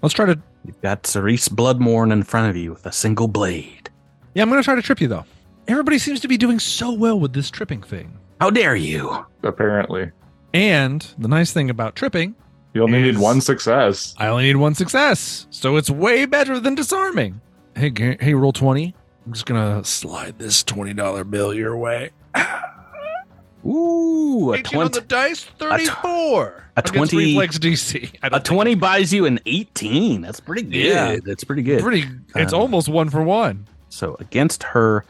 Let's try to. You've got Cerise Bloodmorn in front of you with a single blade. Yeah, I'm going to try to trip you though. Everybody seems to be doing so well with this tripping thing. How dare you? Apparently, And the nice thing about tripping, you only need Is- one success. I only need one success, so it's way better than disarming. Hey, Gar- hey, roll twenty. I'm just gonna slide this twenty dollar bill your way. Ooh, a 18 on twenty. the dice, thirty-four. a Against 20 reflex DC. I don't A think 20 buys you an 18. That's pretty good. Yeah. That's pretty good. it's Pretty. It's Um, almost one for one. So against her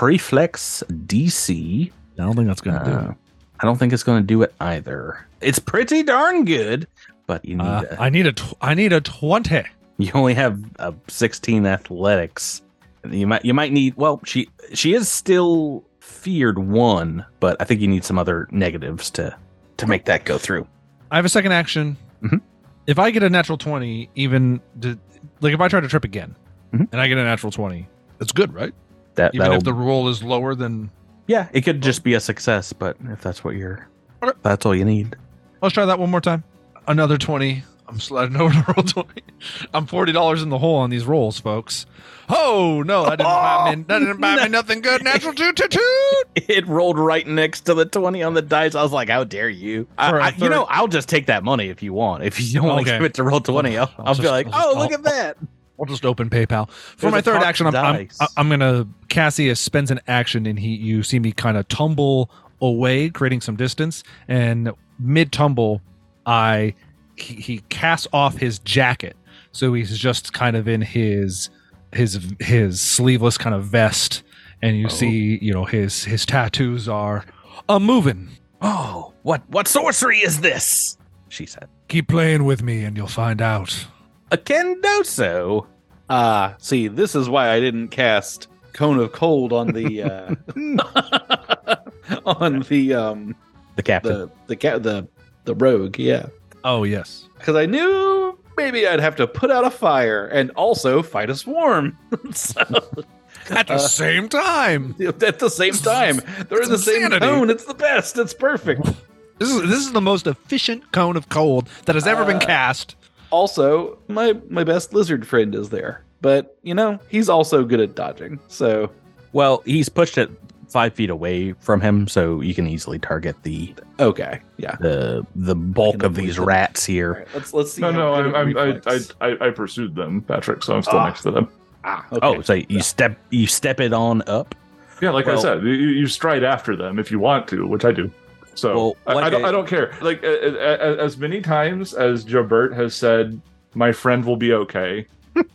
reflex DC, I don't think that's uh, I don't think it's going to do it either. It's pretty darn good, but you need Uh, a- I need a. Tw- I need a twenty. (laughs) you only have a 16 athletics. You might you might need well she she is still feared one, but I think you need some other negatives to to make that go through. I have a second action. Mhm. If I get a natural 20, even to, like if I try to trip again Mhm. and I get a natural 20, it's good, right? That Even that'll if the roll is lower than. yeah it could just be a success, but if that's what you're Okay. that's all you need. Let's try that one more time. Another 20. I'm sliding (laughs) over to roll 20. I'm $40 in the hole on these rolls, folks. Oh, no. That didn't buy me, that didn't buy me nothing good. Natural 2 2 2. it rolled right next to the 20 on the dice. I was like, how dare you? I, For a I, you third- know, I'll just take that money if you want. If you don't want to Okay. give it to roll 20, I'll, I'll I'll, be just- like, I'll just- oh, look I'll- at that. I'll just open PayPal for There's my a third cocked action. I'm, I'm, dice. I- I'm gonna Cassius spends an action, and he you see me kind of tumble away, creating some distance, and mid tumble, I he, he casts off his jacket, so he's just kind of in his his his sleeveless kind of vest, and you Oh. see you know his his tattoos are a moving. Oh, what, what sorcery is this? She said. Keep playing with me, and you'll find out. A kendoso. Ah, see, this is why I didn't cast Cone of Cold on the (laughs) uh, on the um The captain. the the ca- the the rogue, yeah, Oh yes. because I knew maybe I'd have to put out a fire and also fight a swarm. (laughs) so At (laughs) the Uh, same time, at the same time, they're in the same Insanity. cone. It's the best. It's perfect. This is this is the most efficient cone of cold that has ever been Uh, cast. Also, my my best lizard friend is there, but you know he's also good at dodging. So well, he's pushed it five feet away from him, so you can easily target the okay, yeah. the, the bulk can of these avoid them. rats All here. right, let's let's see. No, how no, good of I'm, I'm, I, I, reflex- I, I pursued them, Patrick, so I'm still Ah. next to them. ah, Oh, so you step you step it on up. Yeah, like I Well- said, you, you stride after them if you want to, which I do. So Well, I, like I, don't, I- I don't care. Like a- a- a- as many times as Jobert has said, "My friend will be (laughs) okay,"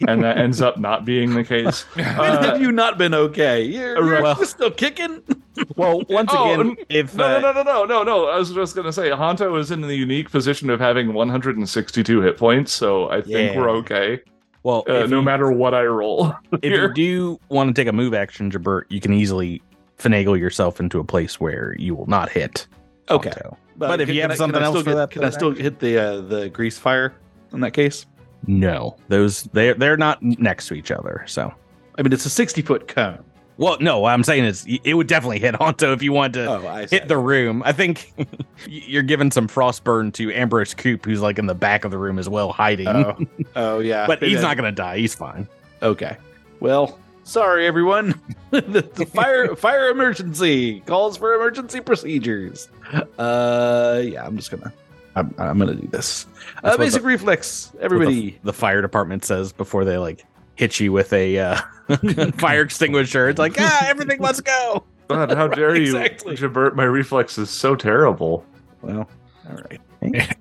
and that ends up not being the case. When Uh, (laughs) have you not been okay? You're, you're Well- still kicking. (laughs) Well, once Oh, again, n- if No, uh, no, no, no, no, no, no. I was just gonna say, Honto is in the unique position of having 162 hit points, so I think Yeah. we're okay. well, Uh, if no you- matter what I (laughs) roll. if here. you do want to take a move action, Jabert, you can easily finagle yourself into a place where you will not hit. Okay, Tonto. uh, But if can- you can have I- can something I else still for get- that- can for I that still hit the uh, the grease fire in that case? No, those they're they're not next to each other. So I mean, it's a sixty foot cone. Well, no, what I'm saying is y- it would definitely hit Honto if you wanted to Oh, I see. hit the room. I think (laughs) y- you're giving some frostburn to Ambrose Coop, who's like in the back of the room as well, hiding. Oh, oh (laughs) yeah. but he's Yeah. not going to die. He's fine. Okay. Well, sorry everyone. (laughs) the, (laughs) the fire fire emergency calls for emergency procedures. Uh yeah, I'm just going to I'm, I'm going to do this. That's Uh, what the- basic reflex That's what the- everybody. the, fire department says before they like hit you with a uh, (laughs) fire extinguisher. It's (laughs) like ah, everything must go. God, how dare you, exactly. Jabert? My reflex is so terrible. Well, all right.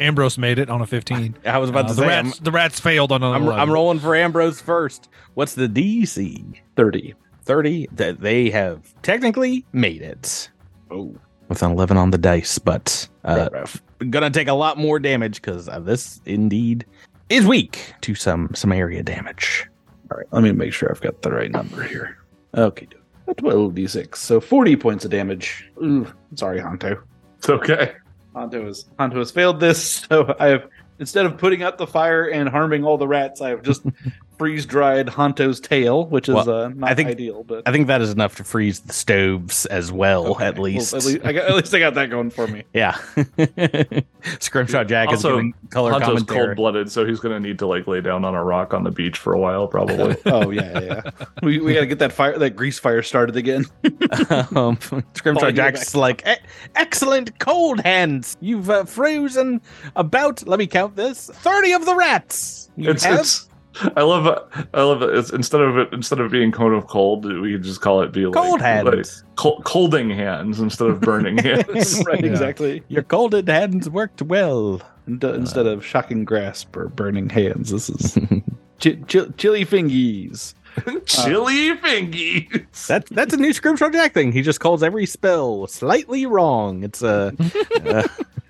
Ambrose made it on a 15. I was about Uh, to the say I'm, rats, the rats failed on I'm, another. I'm rolling for Ambrose first. What's the DC? 30. Thirty. That they have technically made it Oh, with an eleven on the dice, but uh, rough, rough. gonna take a lot more damage because uh, this indeed is weak to some some area damage. All right. Let me make sure I've got the right number here. Okay. A 12d6. So 40 points of damage. Ooh, sorry, Honto. It's okay. Honto has Honto has failed this, (laughs) so I've instead of putting out the fire and harming all the rats, I've just freeze dried Honto's tail, which is Well, uh, not I think- ideal, but I think that is enough to freeze the stoves as well, okay. Oh, at Well, least. at, least I got, at least I got that going for me. Yeah. (laughs) Scrimshaw Jack Also, is giving color Hanto's commentary. cold blooded, so he's going to need to like lay down on a rock on the beach for a while, probably. oh yeah, yeah. yeah. (laughs) we we gotta get that fire that grease fire started again. (laughs) (laughs) um, Scrimshaw Falling Jack's like, "E- excellent cold hands. You've uh, frozen about, let me count this, 30 of the rats. (laughs) You it's, have- it's. I love. I love it. It's, instead of it, instead of being cone of cold, we could just call it be like, cold like hands. col- colding hands instead (laughs) of burning hands. right, Yeah. exactly. Your colded hands worked well. And, uh, instead of shocking grasp or burning hands, this is chi- chi- chili fingies. (laughs) Chili fingies. That, that's a new Scrimshaw Jack thing. He just calls every spell slightly wrong. It's (laughs) a. Uh,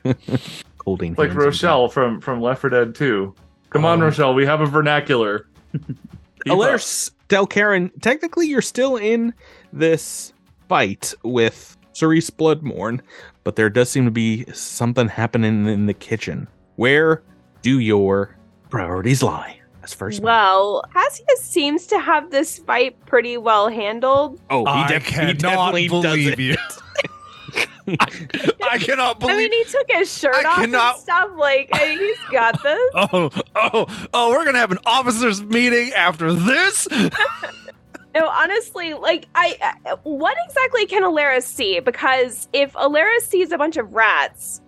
(laughs) colding like hands. Rochelle from from Left 4 Dead 2. Come on, Oh. Rochelle, we have (laughs) a vernacular. Keep up. Alaris Del Karen, technically you're still in this fight with Cerise Bloodmorn, but there does seem to be something happening in the kitchen. Where do your priorities lie? That's first. Well, Cassius seems to have this fight pretty well handled. oh, I def- cannot (laughs) believe you. I, I cannot I believe. mean, he took his shirt I off cannot- and stuff. Like I mean, he's (laughs) got this. Oh, oh, oh! We're gonna have an officers' meeting (laughs) after this. No, honestly, like I, I- what exactly can Alaris see? Because if Alaris sees a bunch of (laughs) rats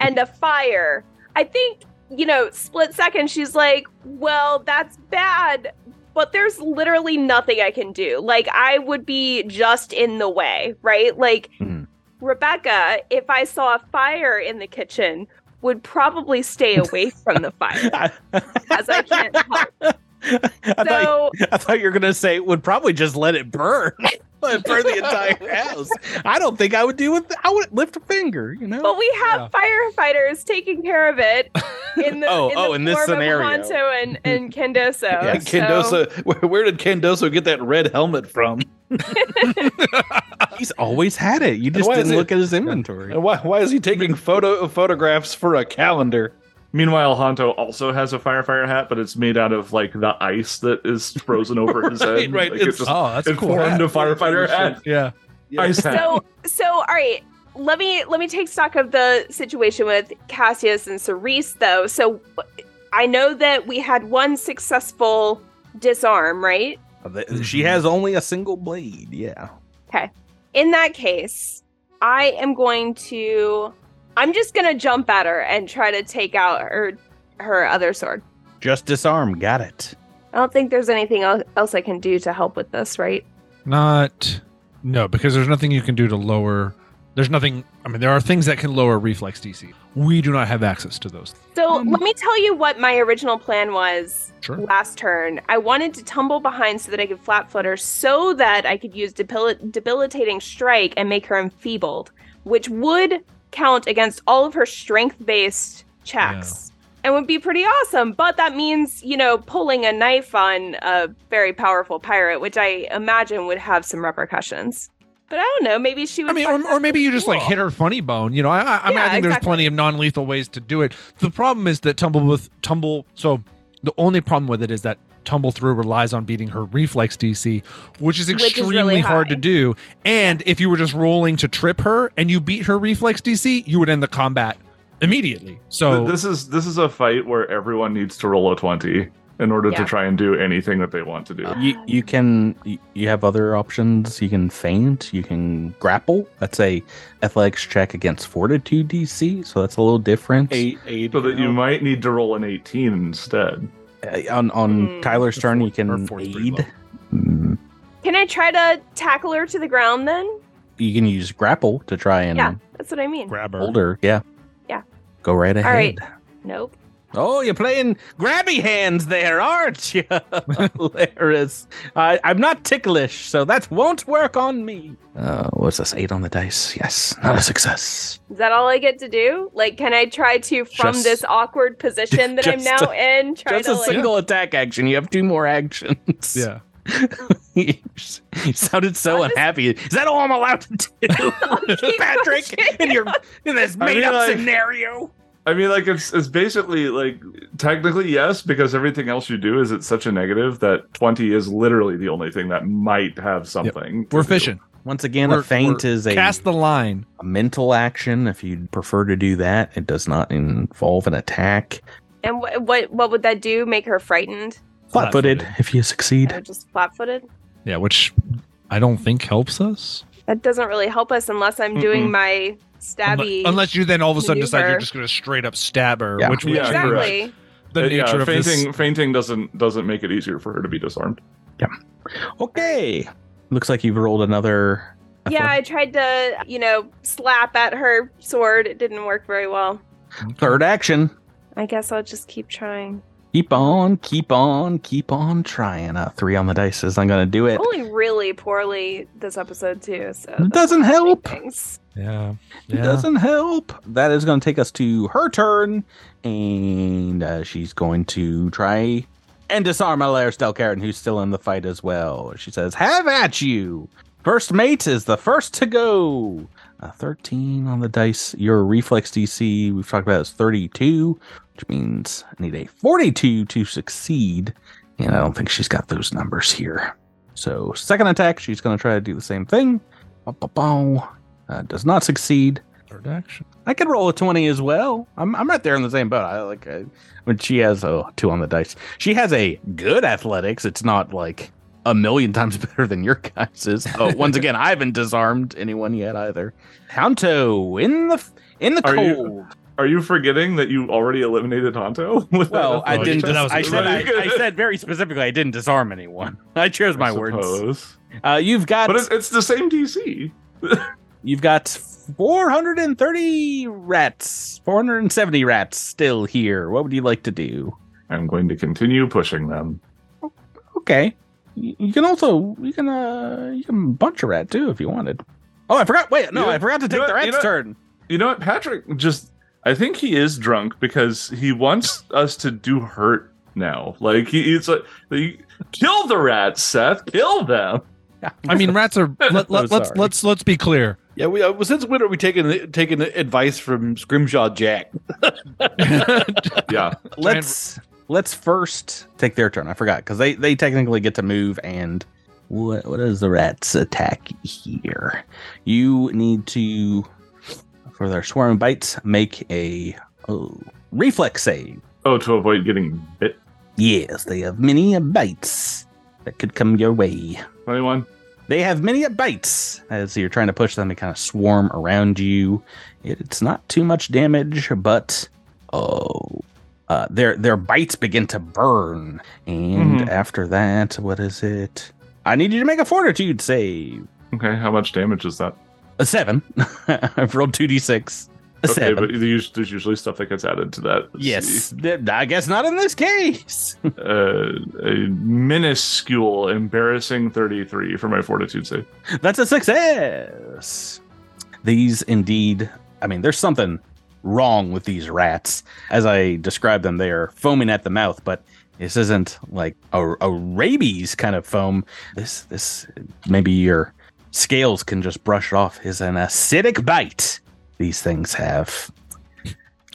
and a fire, I think you know, split second, she's like, "Well, that's bad." But there's literally nothing I can do. Like, I would be just in the way, right? Like, Mhm. Rebecca, if I saw a fire in the kitchen, would probably stay away from the fire (laughs) I, as I can't help. I thought, So, I thought you were gonna say would probably just let it (laughs) burn, let it burn the entire house. I don't think I would do it. I would lift a finger, you know. But we have firefighters taking care of it in the Oh, in the oh, in this form scenario. of Hanto and and Kendoso. Yeah, Like Kendoso, (laughs) where, where did Kendoso get that red helmet from? He's always had it. You just why is didn't it- look at his inventory. And why, why is he taking photo photographs for a calendar? Meanwhile, Honto also has a firefighter hat, but it's made out of like the ice that is frozen (laughs) over his Right, head. right, Like, it's- it's just Oh, that's a it cool. formed hat. a firefighter hat. Oh, Yeah. Ice hat. So so all right. Let me let me take stock of the situation with Cassius and Cerise though. So I know that we had one successful disarm, right? The- She has only a single blade. Yeah. In that case, I am going to I'm just going to jump at her and try to take out her her other sword. Just disarm. Got it. I don't think there's anything el- else I can do to help with this, right? Not. No, because there's nothing you can do to lower. There's nothing. I mean, there are things that can lower reflex DC. We do not have access to those. So let me tell you what my original plan was Um, Sure. last turn. I wanted to tumble behind so that I could flat foot her, so that I could use debil- debilitating strike and make her enfeebled, which would count against all of her strength based checks and would be pretty awesome. But that means, you know, pulling a knife on a very powerful pirate, which I imagine would have some repercussions. But I don't know. Maybe she would. I mean, find or, or that maybe you just like cool. hit her funny bone. You know, I, I, I, mean, I Yeah, think there's exactly. plenty of non-lethal ways to do it. The problem is that tumble with tumble. So the only problem with it is that tumble through relies on beating her reflex DC, which is Which is extremely really hard to high. do. And if you were just rolling to trip her and you beat her reflex DC, you would end the combat immediately. So Th- This is this is a fight where everyone needs to roll a twenty in order Yeah. to try and do anything that they want to do. You you can you- you have other options. You can feint. You can grapple. That's a athletics check against fortitude DC, so that's a little different. Eight, eight. So that you might need to roll an eighteen instead. Uh, on on Hmm. Tyler's The turn, fourth- you can or fourth pretty aid. low. Mm. Can I try to tackle her to the ground then? You can use grapple to try and Yeah. That's what I mean. grab her. hold her. Yeah, Yeah. Go right ahead. right. Nope. Oh, you're playing grabby hands there, aren't you? (laughs) Hilarious. I, I'm not ticklish, so that won't work on me. Uh, what's this? Eight on the dice. Yes, not a success. Is that all I get to do? Like, can I try to from Just- this awkward position that I'm just now in? Try That's to a like, single attack action. You have two more actions. Yeah. (laughs) you sounded so I'm just- unhappy. Is that all I'm allowed to (laughs) do, (laughs) Patrick? In your in this I mean, made up like- scenario? I mean, like it's it's basically like technically yes, because everything else you do is it's such a negative that twenty is literally the only thing that might have something. to We're do. fishing. Once again, We're- a feint is a, Cast the line. a mental action. If you'd prefer to do that, it does not involve an attack. and wh- what what would that do? Make her frightened? Flat footed, Flat-footed. if you Or succeed. just flat-footed? Yeah, which I don't think helps us. That doesn't really help us unless I'm doing Mm-mm. my stabby. Unle- Unless you then all of a sudden decide you're maneuver. just going to straight up stab her, Yeah. which would Yeah, change correct. exactly. the Uh, nature yeah, of fainting this. fainting doesn't doesn't make it easier for her to be disarmed. Okay. Looks like you've rolled another. Yeah, I tried to, you know, slap at her sword. It didn't work very well. Third action. I guess I'll just keep trying. Keep on, keep on, keep on trying. Uh, three on the dice is not going to do it. Only really poorly this episode too. So It that's doesn't one of help. the things. Yeah. It Yeah. doesn't help. That is going to take us to her turn, and uh, she's going to try and disarm Alaire Stelkaren, who's still in the fight as well. She says, "Have at you!" First mate is the first to go. Uh, Thirteen on the dice. Your reflex DC we've talked about is thirty-two, which means I need a forty-two to succeed. And I don't think she's got those numbers here. So second attack, she's going to try to do the same thing. Bow, bow, bow. Uh, does not succeed. Third action. I could roll a twenty as well. I'm I'm right there in the same boat. I like. I, I mean, she has oh two on the dice. She has a good athletics. It's not like a million (laughs) times better than your guys's. Oh, once again, I haven't disarmed anyone yet either. Hounto in the f- in the Are you- cold. Are you forgetting that you already eliminated (laughs) Honto? with that well, I athletic didn't. test? that Dis- was I said I, Like, I (laughs) said very specifically. I didn't disarm anyone. (laughs) I chose my I words. suppose. Uh, you've got But it's, it's the same DC. You've got 430 rats, 470 rats still here. What would you like to do? I'm going to continue pushing them. Okay. Y- You can also you can uh you can bunch a rat too if you wanted. Oh, I forgot. Wait, no, You know- I forgot to you take know- the you rat's know- turn. You know what, Patrick? Just I think he is drunk because he wants us to do hurt now. Like he, it's like he- kill the rats, Seth. Kill them. (laughs) I mean, rats are. Let, Oh, let, let's sorry. let's let's be clear. Yeah, we uh, since when are we taking taking advice from Scrimshaw Jack? (laughs) Yeah. Let's let's first take their turn. I forgot because they they technically get to move and what what is the rat's attack here? You need to for their swarm bites make a oh reflex save. Oh, to avoid getting bit. Yes, they have many bites that could come your way. Twenty-one. They have many bites as you're trying to push them to kind of swarm around you. It- It's not too much damage, but oh, uh, their their bites begin to burn. And Mhm. after that, what is it? I need you to make a fortitude save. Okay, how much damage is that? A seven. (laughs) I've rolled two d six. A Okay, seven. but there's there's usually stuff that gets added to that. Let's see. yes, I guess not in this case. uh, a minuscule, embarrassing 33 for my fortitude save. That's a success. These indeed, I mean, there's something wrong with these rats. As I describe them, they are foaming at the mouth, but this isn't like a, a rabies kind of foam. This, this, maybe your scales can just brush it off, is an acidic bite. These things have.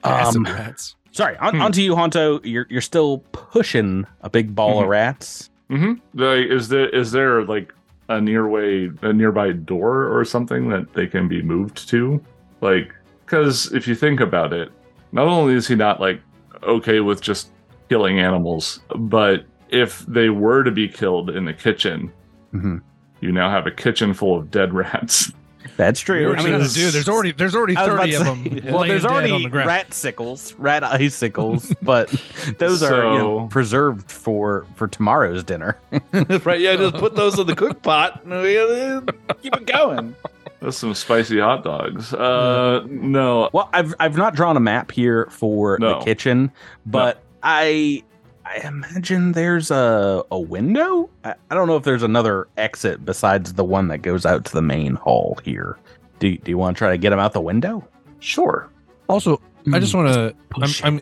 Acid Um, rats. Sorry, on, Hmm. onto you, Honto. You're you're still pushing a big ball of Mhm. rats. Mm-hmm. Like, is there is there like a near way a nearby door or something that they can be moved to? Like, because if you think about it, not only is he not like okay with just killing animals, but if they were to be killed in the kitchen, Mhm. you now have a kitchen full of dead rats. (laughs) That's true. What I you mean, gonna do? There's already there's already I was about thirty to of say, (laughs) them. well, there's on already the ground. rat sickles, rat icicles, but (laughs) those are you know, So- preserved for for tomorrow's dinner. right? Yeah, just put those in the cook pot and we- uh, keep it going. That's some spicy hot dogs. Uh, no. Well, I've I've not drawn a map here for No. the kitchen, but I I imagine there's a a window. I, I don't know if there's another exit besides the one that goes out to the main hall here. Do do you want to try to get them out the window? Sure. Also, I just want to. I'm, Push I'm.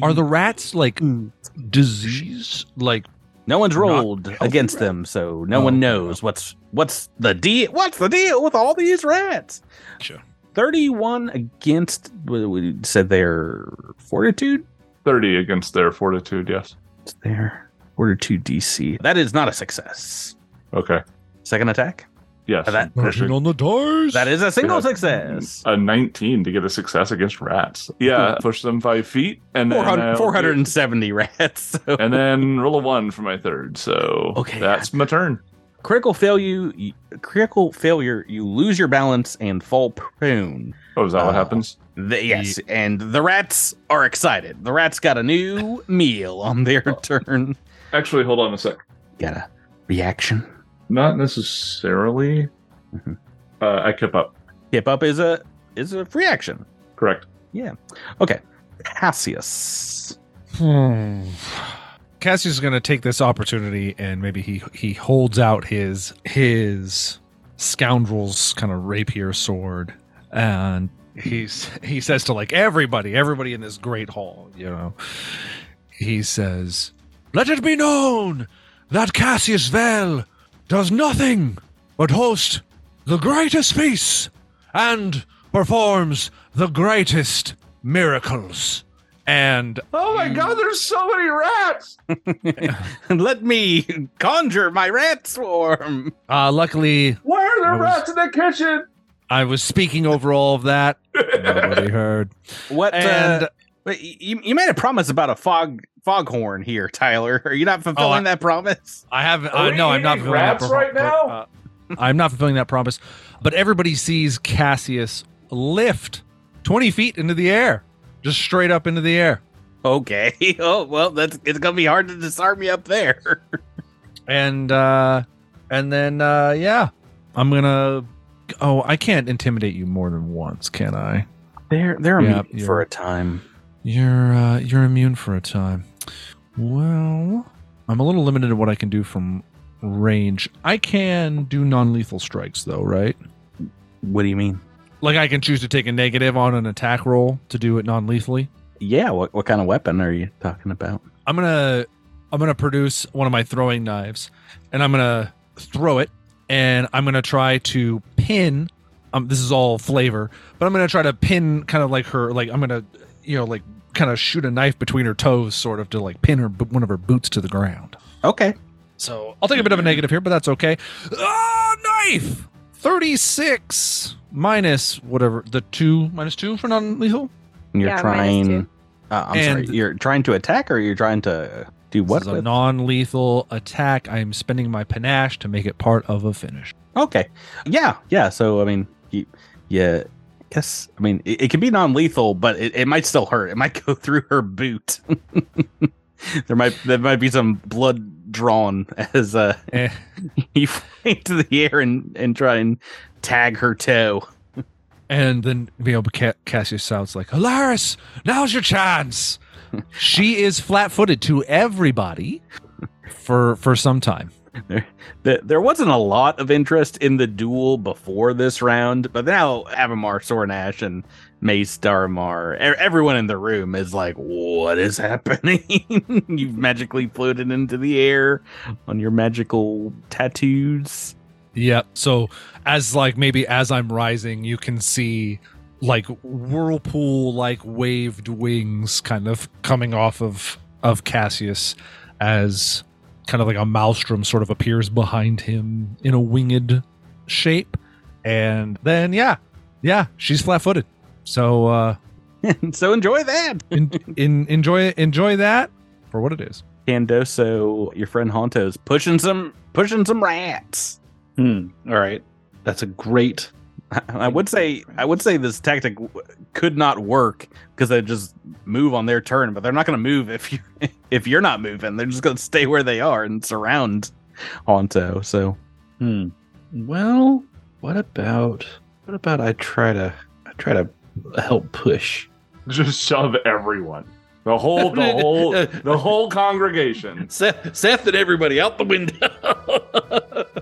Are the rats like Mm. disease? Like No one's not rolled healthy against rats? them, so no Oh, one okay. knows what's what's the deal. What's the deal with all these rats? Sure. Thirty-one against. We we said their fortitude. Thirty against their fortitude. Yes. It's their fortitude DC. That is not a success. Okay. Second attack. Yes. That- marching on the doors. That is a single Yeah. Uh, success. Hmm. a 19 to get a success against rats. Yeah, push them five feet and then 400, I'll- 470 rats. (laughs) So. (laughs) and then roll a one for my third. So Okay. that's my turn. critical failure. You, critical failure. You lose your balance and fall prone. Oh, is that what Uh, happens? The, yes, and the rats are excited. The rats got a (laughs) new meal on their turn. Actually, hold on a sec. Got a reaction. Not necessarily. Mhm. Uh, I kept up. Hip up is a is a free action. Correct. Cassius. (laughs) Hmm. Cassius is going to take this opportunity and maybe he he holds out his his scoundrel's kind of rapier sword and he's he says to like everybody everybody in this great hall you know he says let it be known that Cassius Vale does nothing but host the greatest feast and performs the greatest miracles and Oh my God, there's so many rats. Let me conjure my rat swarm. Uh, luckily, Why are there I was- rats in the kitchen? I was speaking over all of that. (laughs) Nobody heard. What? And uh, wait, you, you made a promise about a fog foghorn here, Tyler. (laughs) Are you not fulfilling Oh, I- that promise? I have Are uh, we no. I'm not eating fulfilling that rats pro- right pro- now? uh, I'm not fulfilling that promise. But everybody sees Cassius lift 20 feet into the air, just straight up into the air. Okay. (laughs) Oh well, that's it's gonna be hard to disarm me up there. and uh and then uh yeah i'm gonna oh i can't intimidate you more than once can i (laughs) They're they're Yeah, immune yeah. for a time. you're uh you're immune for a time well i'm a little limited in what i can do from range i can do non-lethal strikes though right What do you mean? like i can choose to take a negative on an attack roll to do it non-lethally Yeah, what what kind of weapon are you talking about? I'm gonna I'm gonna produce one of my throwing knives, and I'm gonna throw it, and I'm gonna try to pin. Um, this is all flavor, but I'm gonna try to pin kind of like her, like I'm gonna, you know, like kind of shoot a knife between her toes, sort of to like pin her bo- one of her boots to the ground. Okay. So I'll take a bit of a negative here, but that's okay. Ah, knife. Thirty-six minus whatever the two minus two for non-lethal. You're Yeah, minus trying two. uh, I'm And- sorry. You're trying to attack or you're trying to do what This is a with? non-lethal attack. I am spending my panache to make it part of a finish. okay. Yeah. Yeah, so I mean, you, yeah. Yes, I mean it, it can be non-lethal, but it, it might still hurt. It might go (laughs) through her boot. (laughs) there might there might be some blood drawn (laughs) as uh, Eh. you (laughs) fly into the air and and try and tag her toe. And then you know, Ca- Cassius sounds like Alaris. Now's your chance. she is flat-footed to everybody for for some time. Th- There wasn't a lot of interest in the duel before this round, but now Avamar, Sornash, and Mace Darmar, e- everyone in the room is like, what is (laughs) happening? You've magically floated into the air on your magical tattoos. (laughs) Yeah. So as like maybe as I'm rising, you can see like whirlpool like waved wings kind of coming off of of Cassius as kind of like a maelstrom sort of appears behind him in a winged shape and then yeah yeah she's flat-footed so uh so enjoy that. (laughs) in, in enjoy enjoy that for what it is Candoso, your friend Honto's pushing some pushing some rats. Hmm. All right. That's a great. I- I would say I would say this tactic w- could not work because they just move on their turn, but they're not going to move if you (laughs) if you're not moving. They're just going to stay where they are and surround Honto. So Hmm. Well, what about what about I try to I try to help push. Just shove everyone. The (laughs) whole, the whole, the whole congregation. Seth, Seth and everybody out the window. (laughs)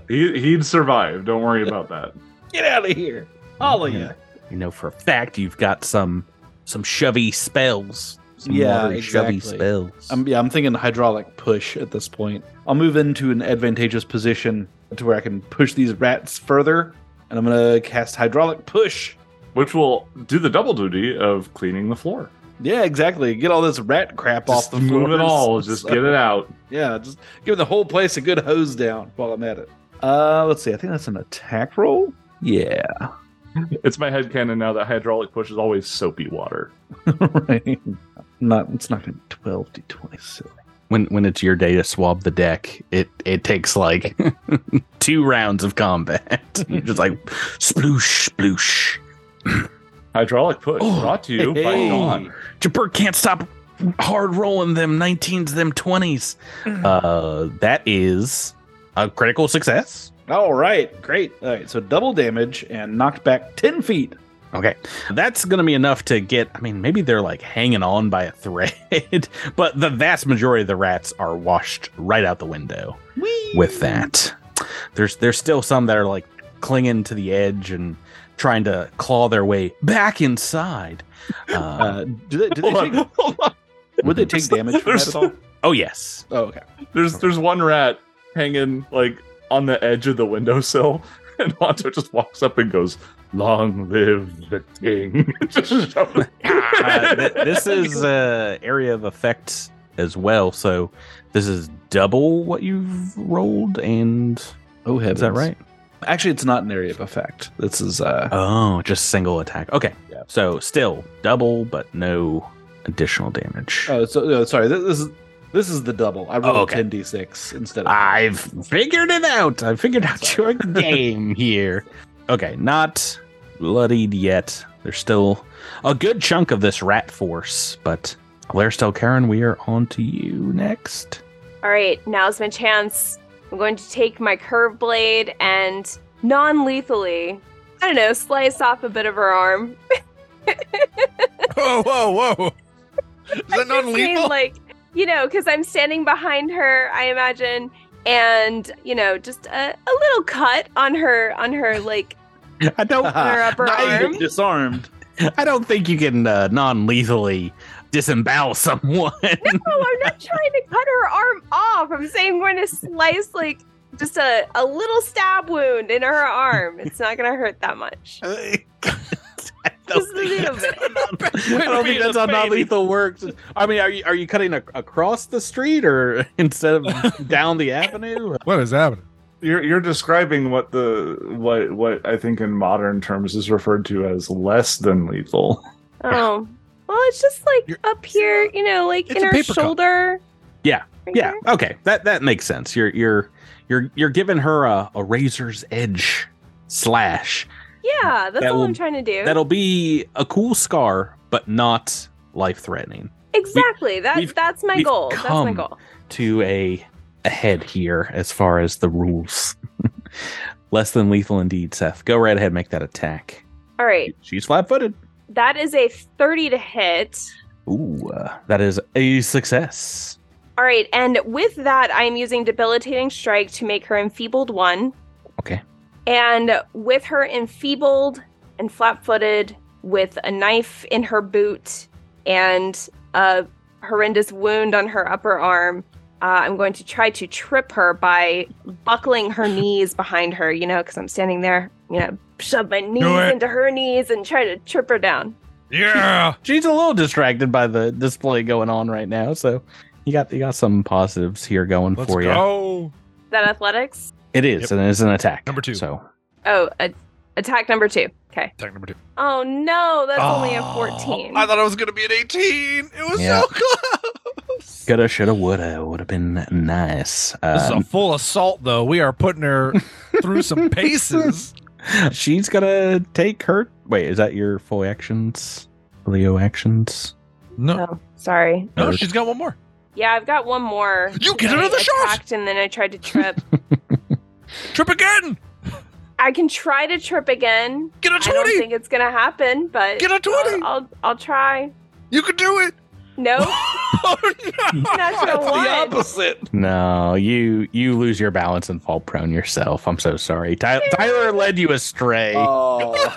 He, he'd survive. Don't worry about that. Get out of here, all of you. you know for a fact you've got some some shovey spells. Some Yeah, water shovey exactly. spells. I'm, yeah, I'm thinking hydraulic push at this point. I'll move into an advantageous position to where I can push these rats further, and I'm gonna cast hydraulic push. Which will do the double duty of cleaning the floor. Yeah, exactly. Get all this rat crap Just off the move floor. (laughs) it all. Just get it out. Yeah, just give the whole place a good hose down while I'm at it. Uh, let's see. I think that's an attack roll. Yeah. (laughs) It's my headcanon now that hydraulic push is always soapy water. right. Not. It's not gonna be twelve d twenty six. when when it's your day to swab the deck, it it takes like (laughs) two rounds of combat. (laughs) You're just like sploosh sploosh. Hydraulic push Oh, brought to you by hey. Dawn. Jabert can't stop hard rolling them 19s, them 20s. Uh, that is a critical success. All right. Great. All right. So double damage and knocked back ten feet. Okay. That's going to be enough to get, I mean, maybe they're like hanging on by a thread, (laughs) but the vast majority of the rats are washed right out the window Whee! with that. There's, there's still some that are like clinging to the edge and trying to claw their way back inside. Uh, Uh, do they? Do they Hold take, on, hold on. would they take damage from that There's- at (laughs) all? oh, yes. Oh, okay. There's there's one rat hanging like on the edge of the windowsill, (laughs) and Honto just walks up and goes, "Long live the king!" (laughs) Just (laughs) shove it. (laughs) uh, th- this is uh, area of effect as well. So this is double what you've rolled, and Oh, is that right? Actually, it's not an area of effect. This is uh, Oh, just single attack. Okay, Yeah. so still double, but no additional damage. Oh, so uh, sorry. This, this is this is the double. I rolled okay. Ah. 10d6 instead of I've figured it out. I figured out (laughs) your Sorry. game here. Okay, not bloodied yet. There's still a good chunk of this rat force, but Lairstell Karen, we are on to you next. (laughs) All right, now's my chance. I'm going to take my curve blade and non lethally, I don't know, slice off a bit of her arm. whoa whoa whoa is that Just saying, like, you know, because I'm standing behind her, I imagine, and you know, just a, a little cut on her, on her like I don't Ah, her upper Now you get arm. disarmed. I don't think you can uh, non-lethally disembowel (laughs) someone. No, Oh, I'm not trying to cut her arm off. I'm saying I'm going to slice like just a, a little stab wound in her arm. It's not going to hurt (laughs) that much. I Just don't a think, little bit. I don't think that's how non-lethal works. I mean, are you are you cutting ac across the street or (laughs) instead of down the avenue? what is happening You're you're describing what the what what I think in modern terms is referred to as less than lethal. Oh. Well, it's just like You're- up here, you know, like It's in a her paper cup. shoulder. Yeah, Right Yeah, there. okay, that that makes sense. You're you're you're you're giving her a, a razor's edge slash. Yeah, that's all That'll- I'm trying to do. That'll be a cool scar, but not life-threatening. exactly. we've- That that's my we've goal. That's my come. goal. to a, a head here as far as the rules. (laughs) Less than lethal indeed, Seth. Go right ahead, make that attack. All right. She's flat footed. That is a 30 to hit. Ooh, uh, that is a success. All right, and with that, I'm using Debilitating Strike to make her enfeebled one. Okay. And with her enfeebled and flat footed, with a knife in her boot and a horrendous wound on her upper arm, uh, I'm going to try to trip her by buckling her knees behind her, you know, because I'm standing there, you know, shove my knees it. into her knees and try to trip her down. Yeah. She's a little distracted by the display going on right now, so you got you got some positives here going Let's for you. go. Is that athletics? It is, Yep. and it's an attack. Number two. So Oh, a- attack number two. Okay. Attack number two. Oh no, that's only a Oh, fourteen. I thought it was gonna be an eighteen. It was Yeah. so close. coulda, shoulda, woulda would have been nice. This is a Um, full assault, though. We are putting (laughs) her through some paces. (laughs) she's gonna take her. Wait, is that your full actions, Leo actions? No, Oh, sorry. no, she's got one more. Yeah, I've got one more. You get I another shot! attacked And then I tried to trip. (laughs) Trip again. I can try to trip again. Get a I don't twenty. think it's gonna happen, but Get a twenty. I'll, I'll I'll try. You can do it. (laughs) Nope. (laughs) oh no! Natural the one. opposite. No, you you lose your balance and fall prone yourself. I'm so sorry. Ty- Tyler led you astray. (laughs) Oh.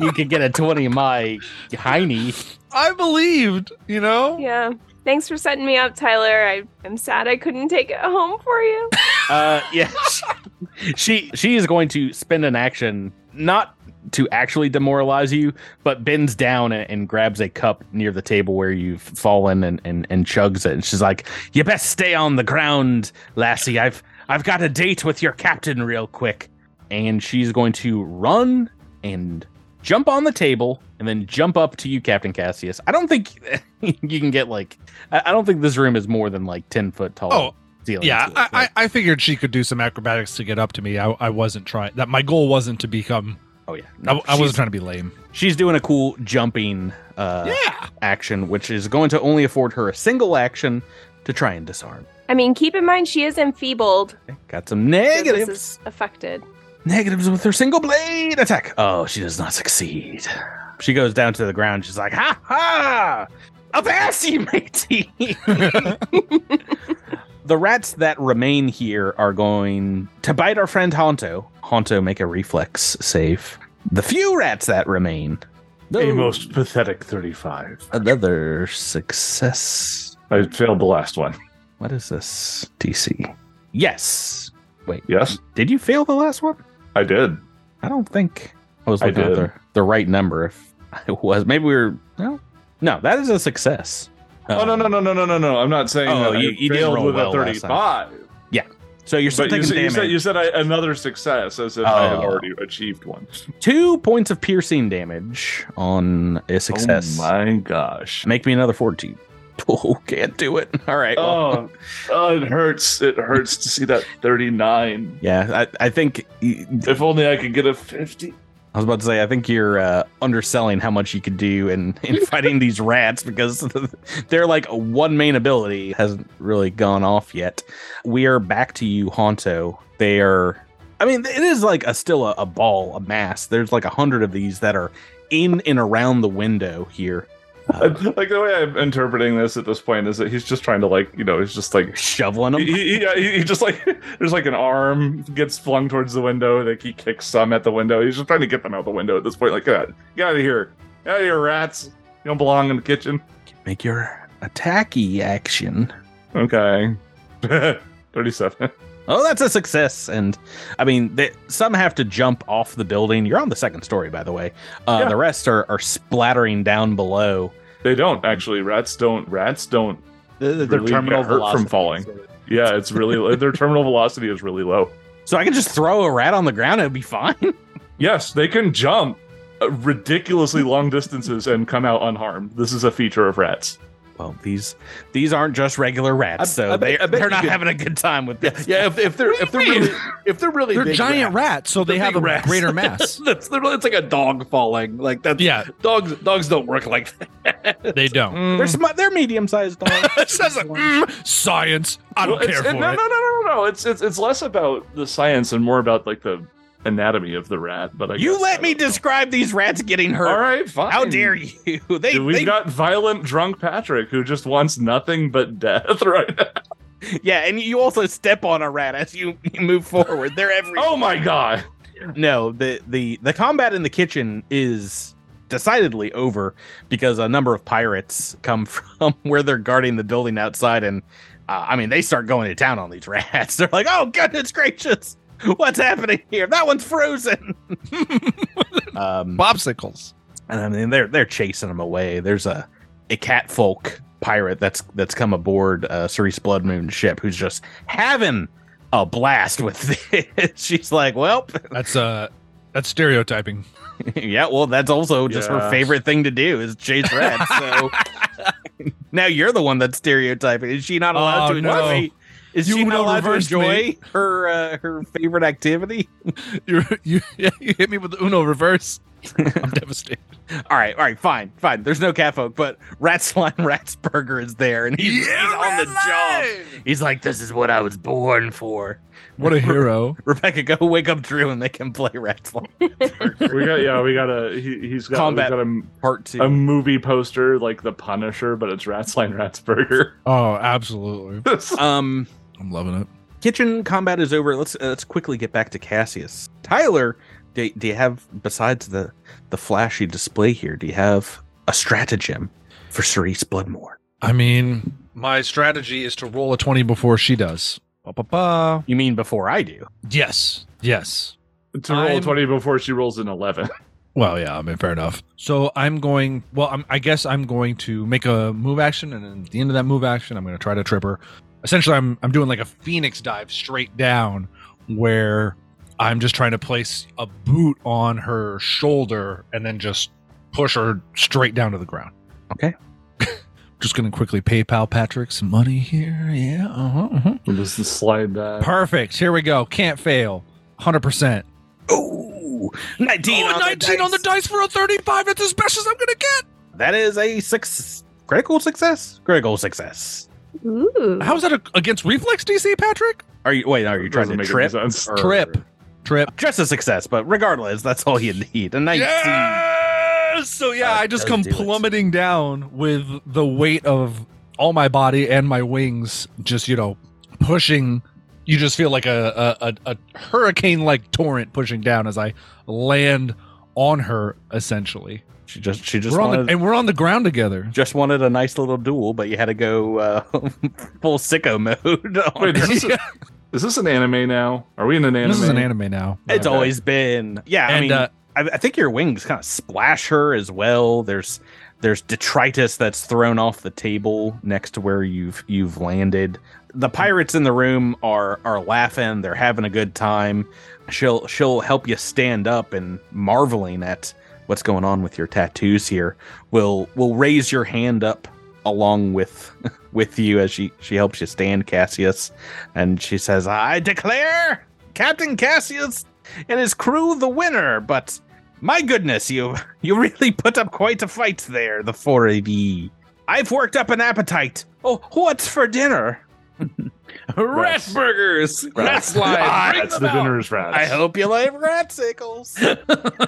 you could get a twenty, my hiney. I believed. You know. Yeah. Thanks for setting me up, Tyler. I, I'm sad I couldn't take it home for you. Uh, yeah, (laughs) she- she she is going to spend an action not to actually demoralize you, but bends down and, and grabs a cup near the table where you've fallen and, and and chugs it. And she's like, "You best stay on the ground, lassie. I've I've got a date with your captain real quick." And she's going to run and jump on the table and then jump up to you, Captain Cassius. I don't think (laughs) you can get like I I don't think this room is more than like ten foot tall. Oh, ceiling Yeah, to it, so- I, I I figured she could do some acrobatics to get up to me. I, I wasn't trying that. My goal wasn't to become. Oh yeah, I, I she's- wasn't trying to be lame. She's doing a cool jumping uh, yeah. action, which is going to only afford her a single action to try and disarm. I mean, keep in mind she is enfeebled. so Got some This negatives. is affected. negatives with her single blade attack. Oh, she does not succeed. She goes down to the ground. She's like, ha ha! Up ass you, (laughs) matey! the rats that remain here are going to bite our friend Honto. Honto, make a reflex save. The few rats that remain. A Those- most pathetic 35. Another success. I failed the last one. What is this DC? Yes. Yes, Did you fail the last one? I did. I don't think I was I looking at did. the, the right number. If (laughs) I was, maybe we were. Well, no, that is a success. oh, no, Um, no, no, no, no, no, no. I'm not saying Oh, that you- I you did failed roll with well a last 35. So you're still But you taking said, you damage. said, you said I, another success as if I had Oh. already achieved one. Two points of piercing damage on a success. Oh (laughs) my gosh. Make me another 14. Oh, can't do it. All right. well. Oh, oh, it hurts. It hurts to see that 39. Yeah, I, I think If only I could get a 50. I was about to say, I think you're uh, underselling how much you could do in, (laughs) in fighting these rats because (laughs) they're like one main ability hasn't really gone off yet. We are back to you, Honto. They are, I mean, it is like a still a, a ball, a mass. There's like a hundred of these that are in and around the window here. Uh, Like the way I'm interpreting this at this point is that he's just trying to like, you know, he's just like shoveling he, them. he, yeah, he, he just like (laughs) there's like an arm gets flung towards the window like he kicks some at the window he's just trying to get them out the window at this point like get out, get out of here get out of here rats you don't belong in the kitchen Make your attacky action. okay (laughs) 37 Oh, that's a success. And I mean, they, some have to jump off the building. You're on the second story, by the way. Uh, Yeah. The rest are, are splattering down below. they don't actually rats don't rats don't The, the, Really terminal hurt from velocity. falling. yeah it's really their terminal velocity is really low So I can just throw a rat on the ground and it'll be fine. (laughs) yes they can jump uh, ridiculously long distances and come out unharmed this is a feature of rats Well, these these aren't just regular rats, I- so I bet- they, I bet they're you not could- having a good time with this. Yeah, if, if they're if they're really if they're really They're big giant rats, rats, so they They're have a big rats. greater (laughs) mass. That's they're, it's like a dog falling. Like that's yeah, dogs dogs don't work like that. they don't. They're, sm- they're (laughs) medium-sized dogs. it says like, mm, science. I don't Well, it's- care for it- no, it. No, no, no, no, no. It's it's it's less about the science and more about like the anatomy of the rat. But I you guess let I me don't know. describe these rats getting hurt. All right, fine. How dare you? (laughs) They, We've they got violent drunk Patrick who just wants nothing but death (laughs) right now. yeah, and you also step on a rat as you, you move forward. (laughs) They're every Oh my god. no the the the combat in the kitchen is decidedly over because a number of pirates come (laughs) from where they're guarding the (laughs) building outside and uh, i mean they start going to town on these rats they're like oh goodness gracious What's happening here? That one's frozen. (laughs) um, Bobsicles. and I mean they're they're chasing him away. There's a a cat folk pirate that's that's come aboard uh, Cerise Bloodmoon's ship who's just having a blast with (laughs) it. She's like, well, That's uh that's stereotyping. yeah, well, that's also just her Yeah. favorite thing to do is chase rats. (laughs) So now you're the one that's stereotyping. Is she not allowed Oh, to no. enjoy? Is You she not know, allowed to reversed me. enjoy her uh, her favorite activity? (laughs) You you yeah, you hit me with the Uno reverse. I'm devastated. All right, all right, fine, fine. There's no catfolk, but (laughs) Ratsline Ratsburger is there, and he's, he's on the job. He's like, "This is what I was born for." What a hero. Rebecca, go wake up Drew, and they can play Ratsline We got yeah, we got a he, he's got, we Combat. got a, Part Two. a movie poster like The Punisher, but it's Ratsline Ratsburger. Oh, absolutely. (laughs) um, I'm loving it. kitchen combat is over. Let's uh, let's quickly get back to Cassius. Tyler, do, do you have besides the the flashy display here? Do you have a stratagem for Cerise Bloodmore? I mean, my strategy is to roll a 20 before she does. Ba, ba, ba. You mean before I do? Yes. Yes. (laughs) to roll I'm- a twenty before she rolls an eleven. Well, yeah, I mean, fair enough. So I'm going. Well, I'm, I guess I'm going to make a move action, and then at the end of that move action, I'm going to try to trip her. Essentially, I'm I'm doing like a phoenix dive straight down, where I'm just trying to place a boot on her shoulder and then just push her straight down to the ground. Okay. (laughs) just going to quickly PayPal Patrick some money here. Yeah. Uh-huh, uh-huh. Just slide that. Perfect. Here we go. Can't fail. Hundred percent. Oh, Ooh, 19, Oh, on, the dice. dice for a thirty-five. That's as best as I'm going to get. That is a six critical success. Critical success. Ooh. How's that a- against reflex DC, Patrick? Are you wait? Are you trying to Doesn't make any trip? (laughs) sense. or- Trip. Just a success, but regardless, that's all you need. A nineteen. Yes! So yeah, Uh, I just does come do it. plummeting down with the weight of all my body and my wings, just you know, pushing. You just feel like a a, a, a hurricane like torrent pushing down as I land on her. Essentially, She just she just we're on wanted, the, and we're on the ground together. just wanted a nice little duel, but you had to go uh, (laughs) full sicko mode. (laughs) on Wait, her. this is, (laughs) is this an anime now? Are we in an anime? This is an anime now. It's Okay. always been. Yeah, I and mean, uh, I, I think your wings kind of splash her as well. There's there's detritus that's thrown off the table next to where you've you've landed. The pirates in the room are are laughing. They're having a good time. She'll she'll help you stand up and marveling at what's going on with your tattoos here. Will will raise your hand up along with (laughs) with you as she she helps you stand Cassius and she says, "I declare Captain Cassius and his crew the winner, but my goodness, you (laughs) you really put up quite a fight there, the four of ye. I've worked up an appetite. Oh, what's for dinner? Rat burgers. Rats. Rats live. Bring Ah, That's them the out. dinner's rats. I hope you like ratsicles. (laughs)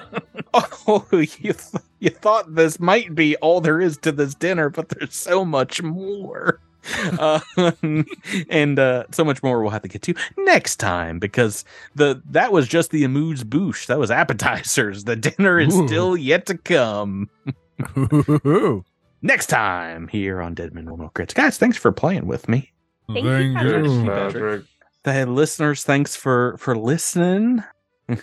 oh, you th- you thought this might be all there is to this dinner, but there's so much more. uh, and uh, so much more we'll have to get to next time because the that was just the amuse bouche. That was appetizers. The dinner is Ooh. still yet to come. (laughs) Thank next time here on Dead Men Will Know Crits. Guys, thanks for playing with me. Thank you, Patrick. There's you. Patrick. The listeners, thanks for for listening. (laughs) I,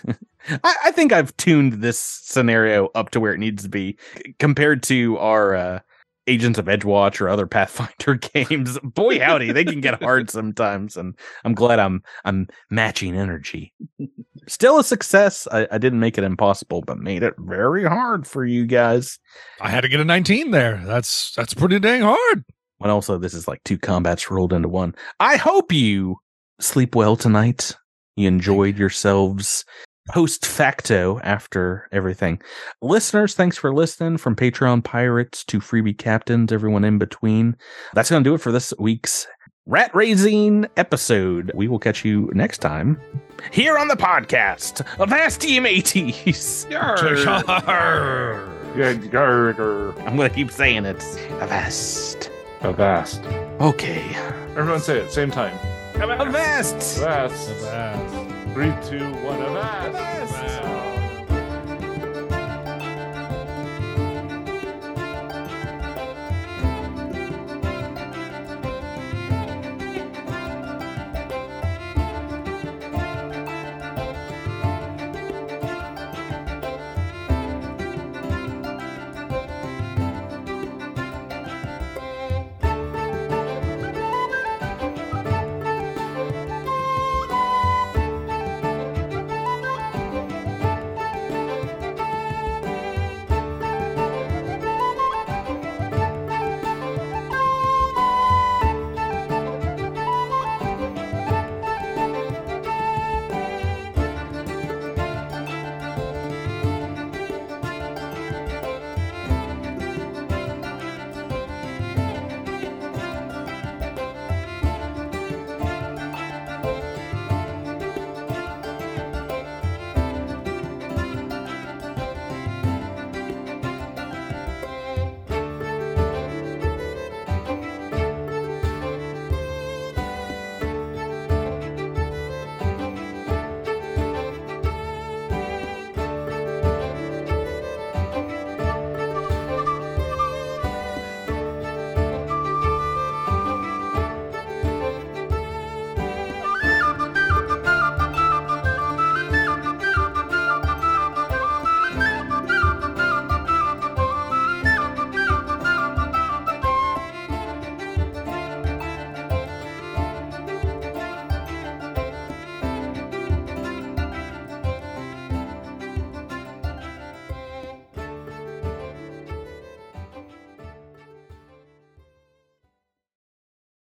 I think I've tuned this scenario up to where it needs to be c- compared to our uh, Agents of Edgewatch or other (laughs) Pathfinder games. Boy, howdy, they can get hard sometimes, and I'm glad I'm I'm matching energy. Still a success. I, I didn't make it impossible, but made it very hard for you guys. I had to get a 19 there. That's that's pretty dang hard. when also this is like two combats rolled into one. I hope you sleep well tonight. You enjoyed yourselves post facto after everything. Listeners, thanks for listening from Patreon pirates to freebie captains, everyone in between. That's going to do it for this week's rat raising episode. We will catch you next time here on the podcast of Astium (laughs) 80s. (laughs) Yeah, Garger. I'm going to keep saying it. Avast. Avast. Okay. Everyone say it, same time. Avast. Avast. Three, two, one, Avast.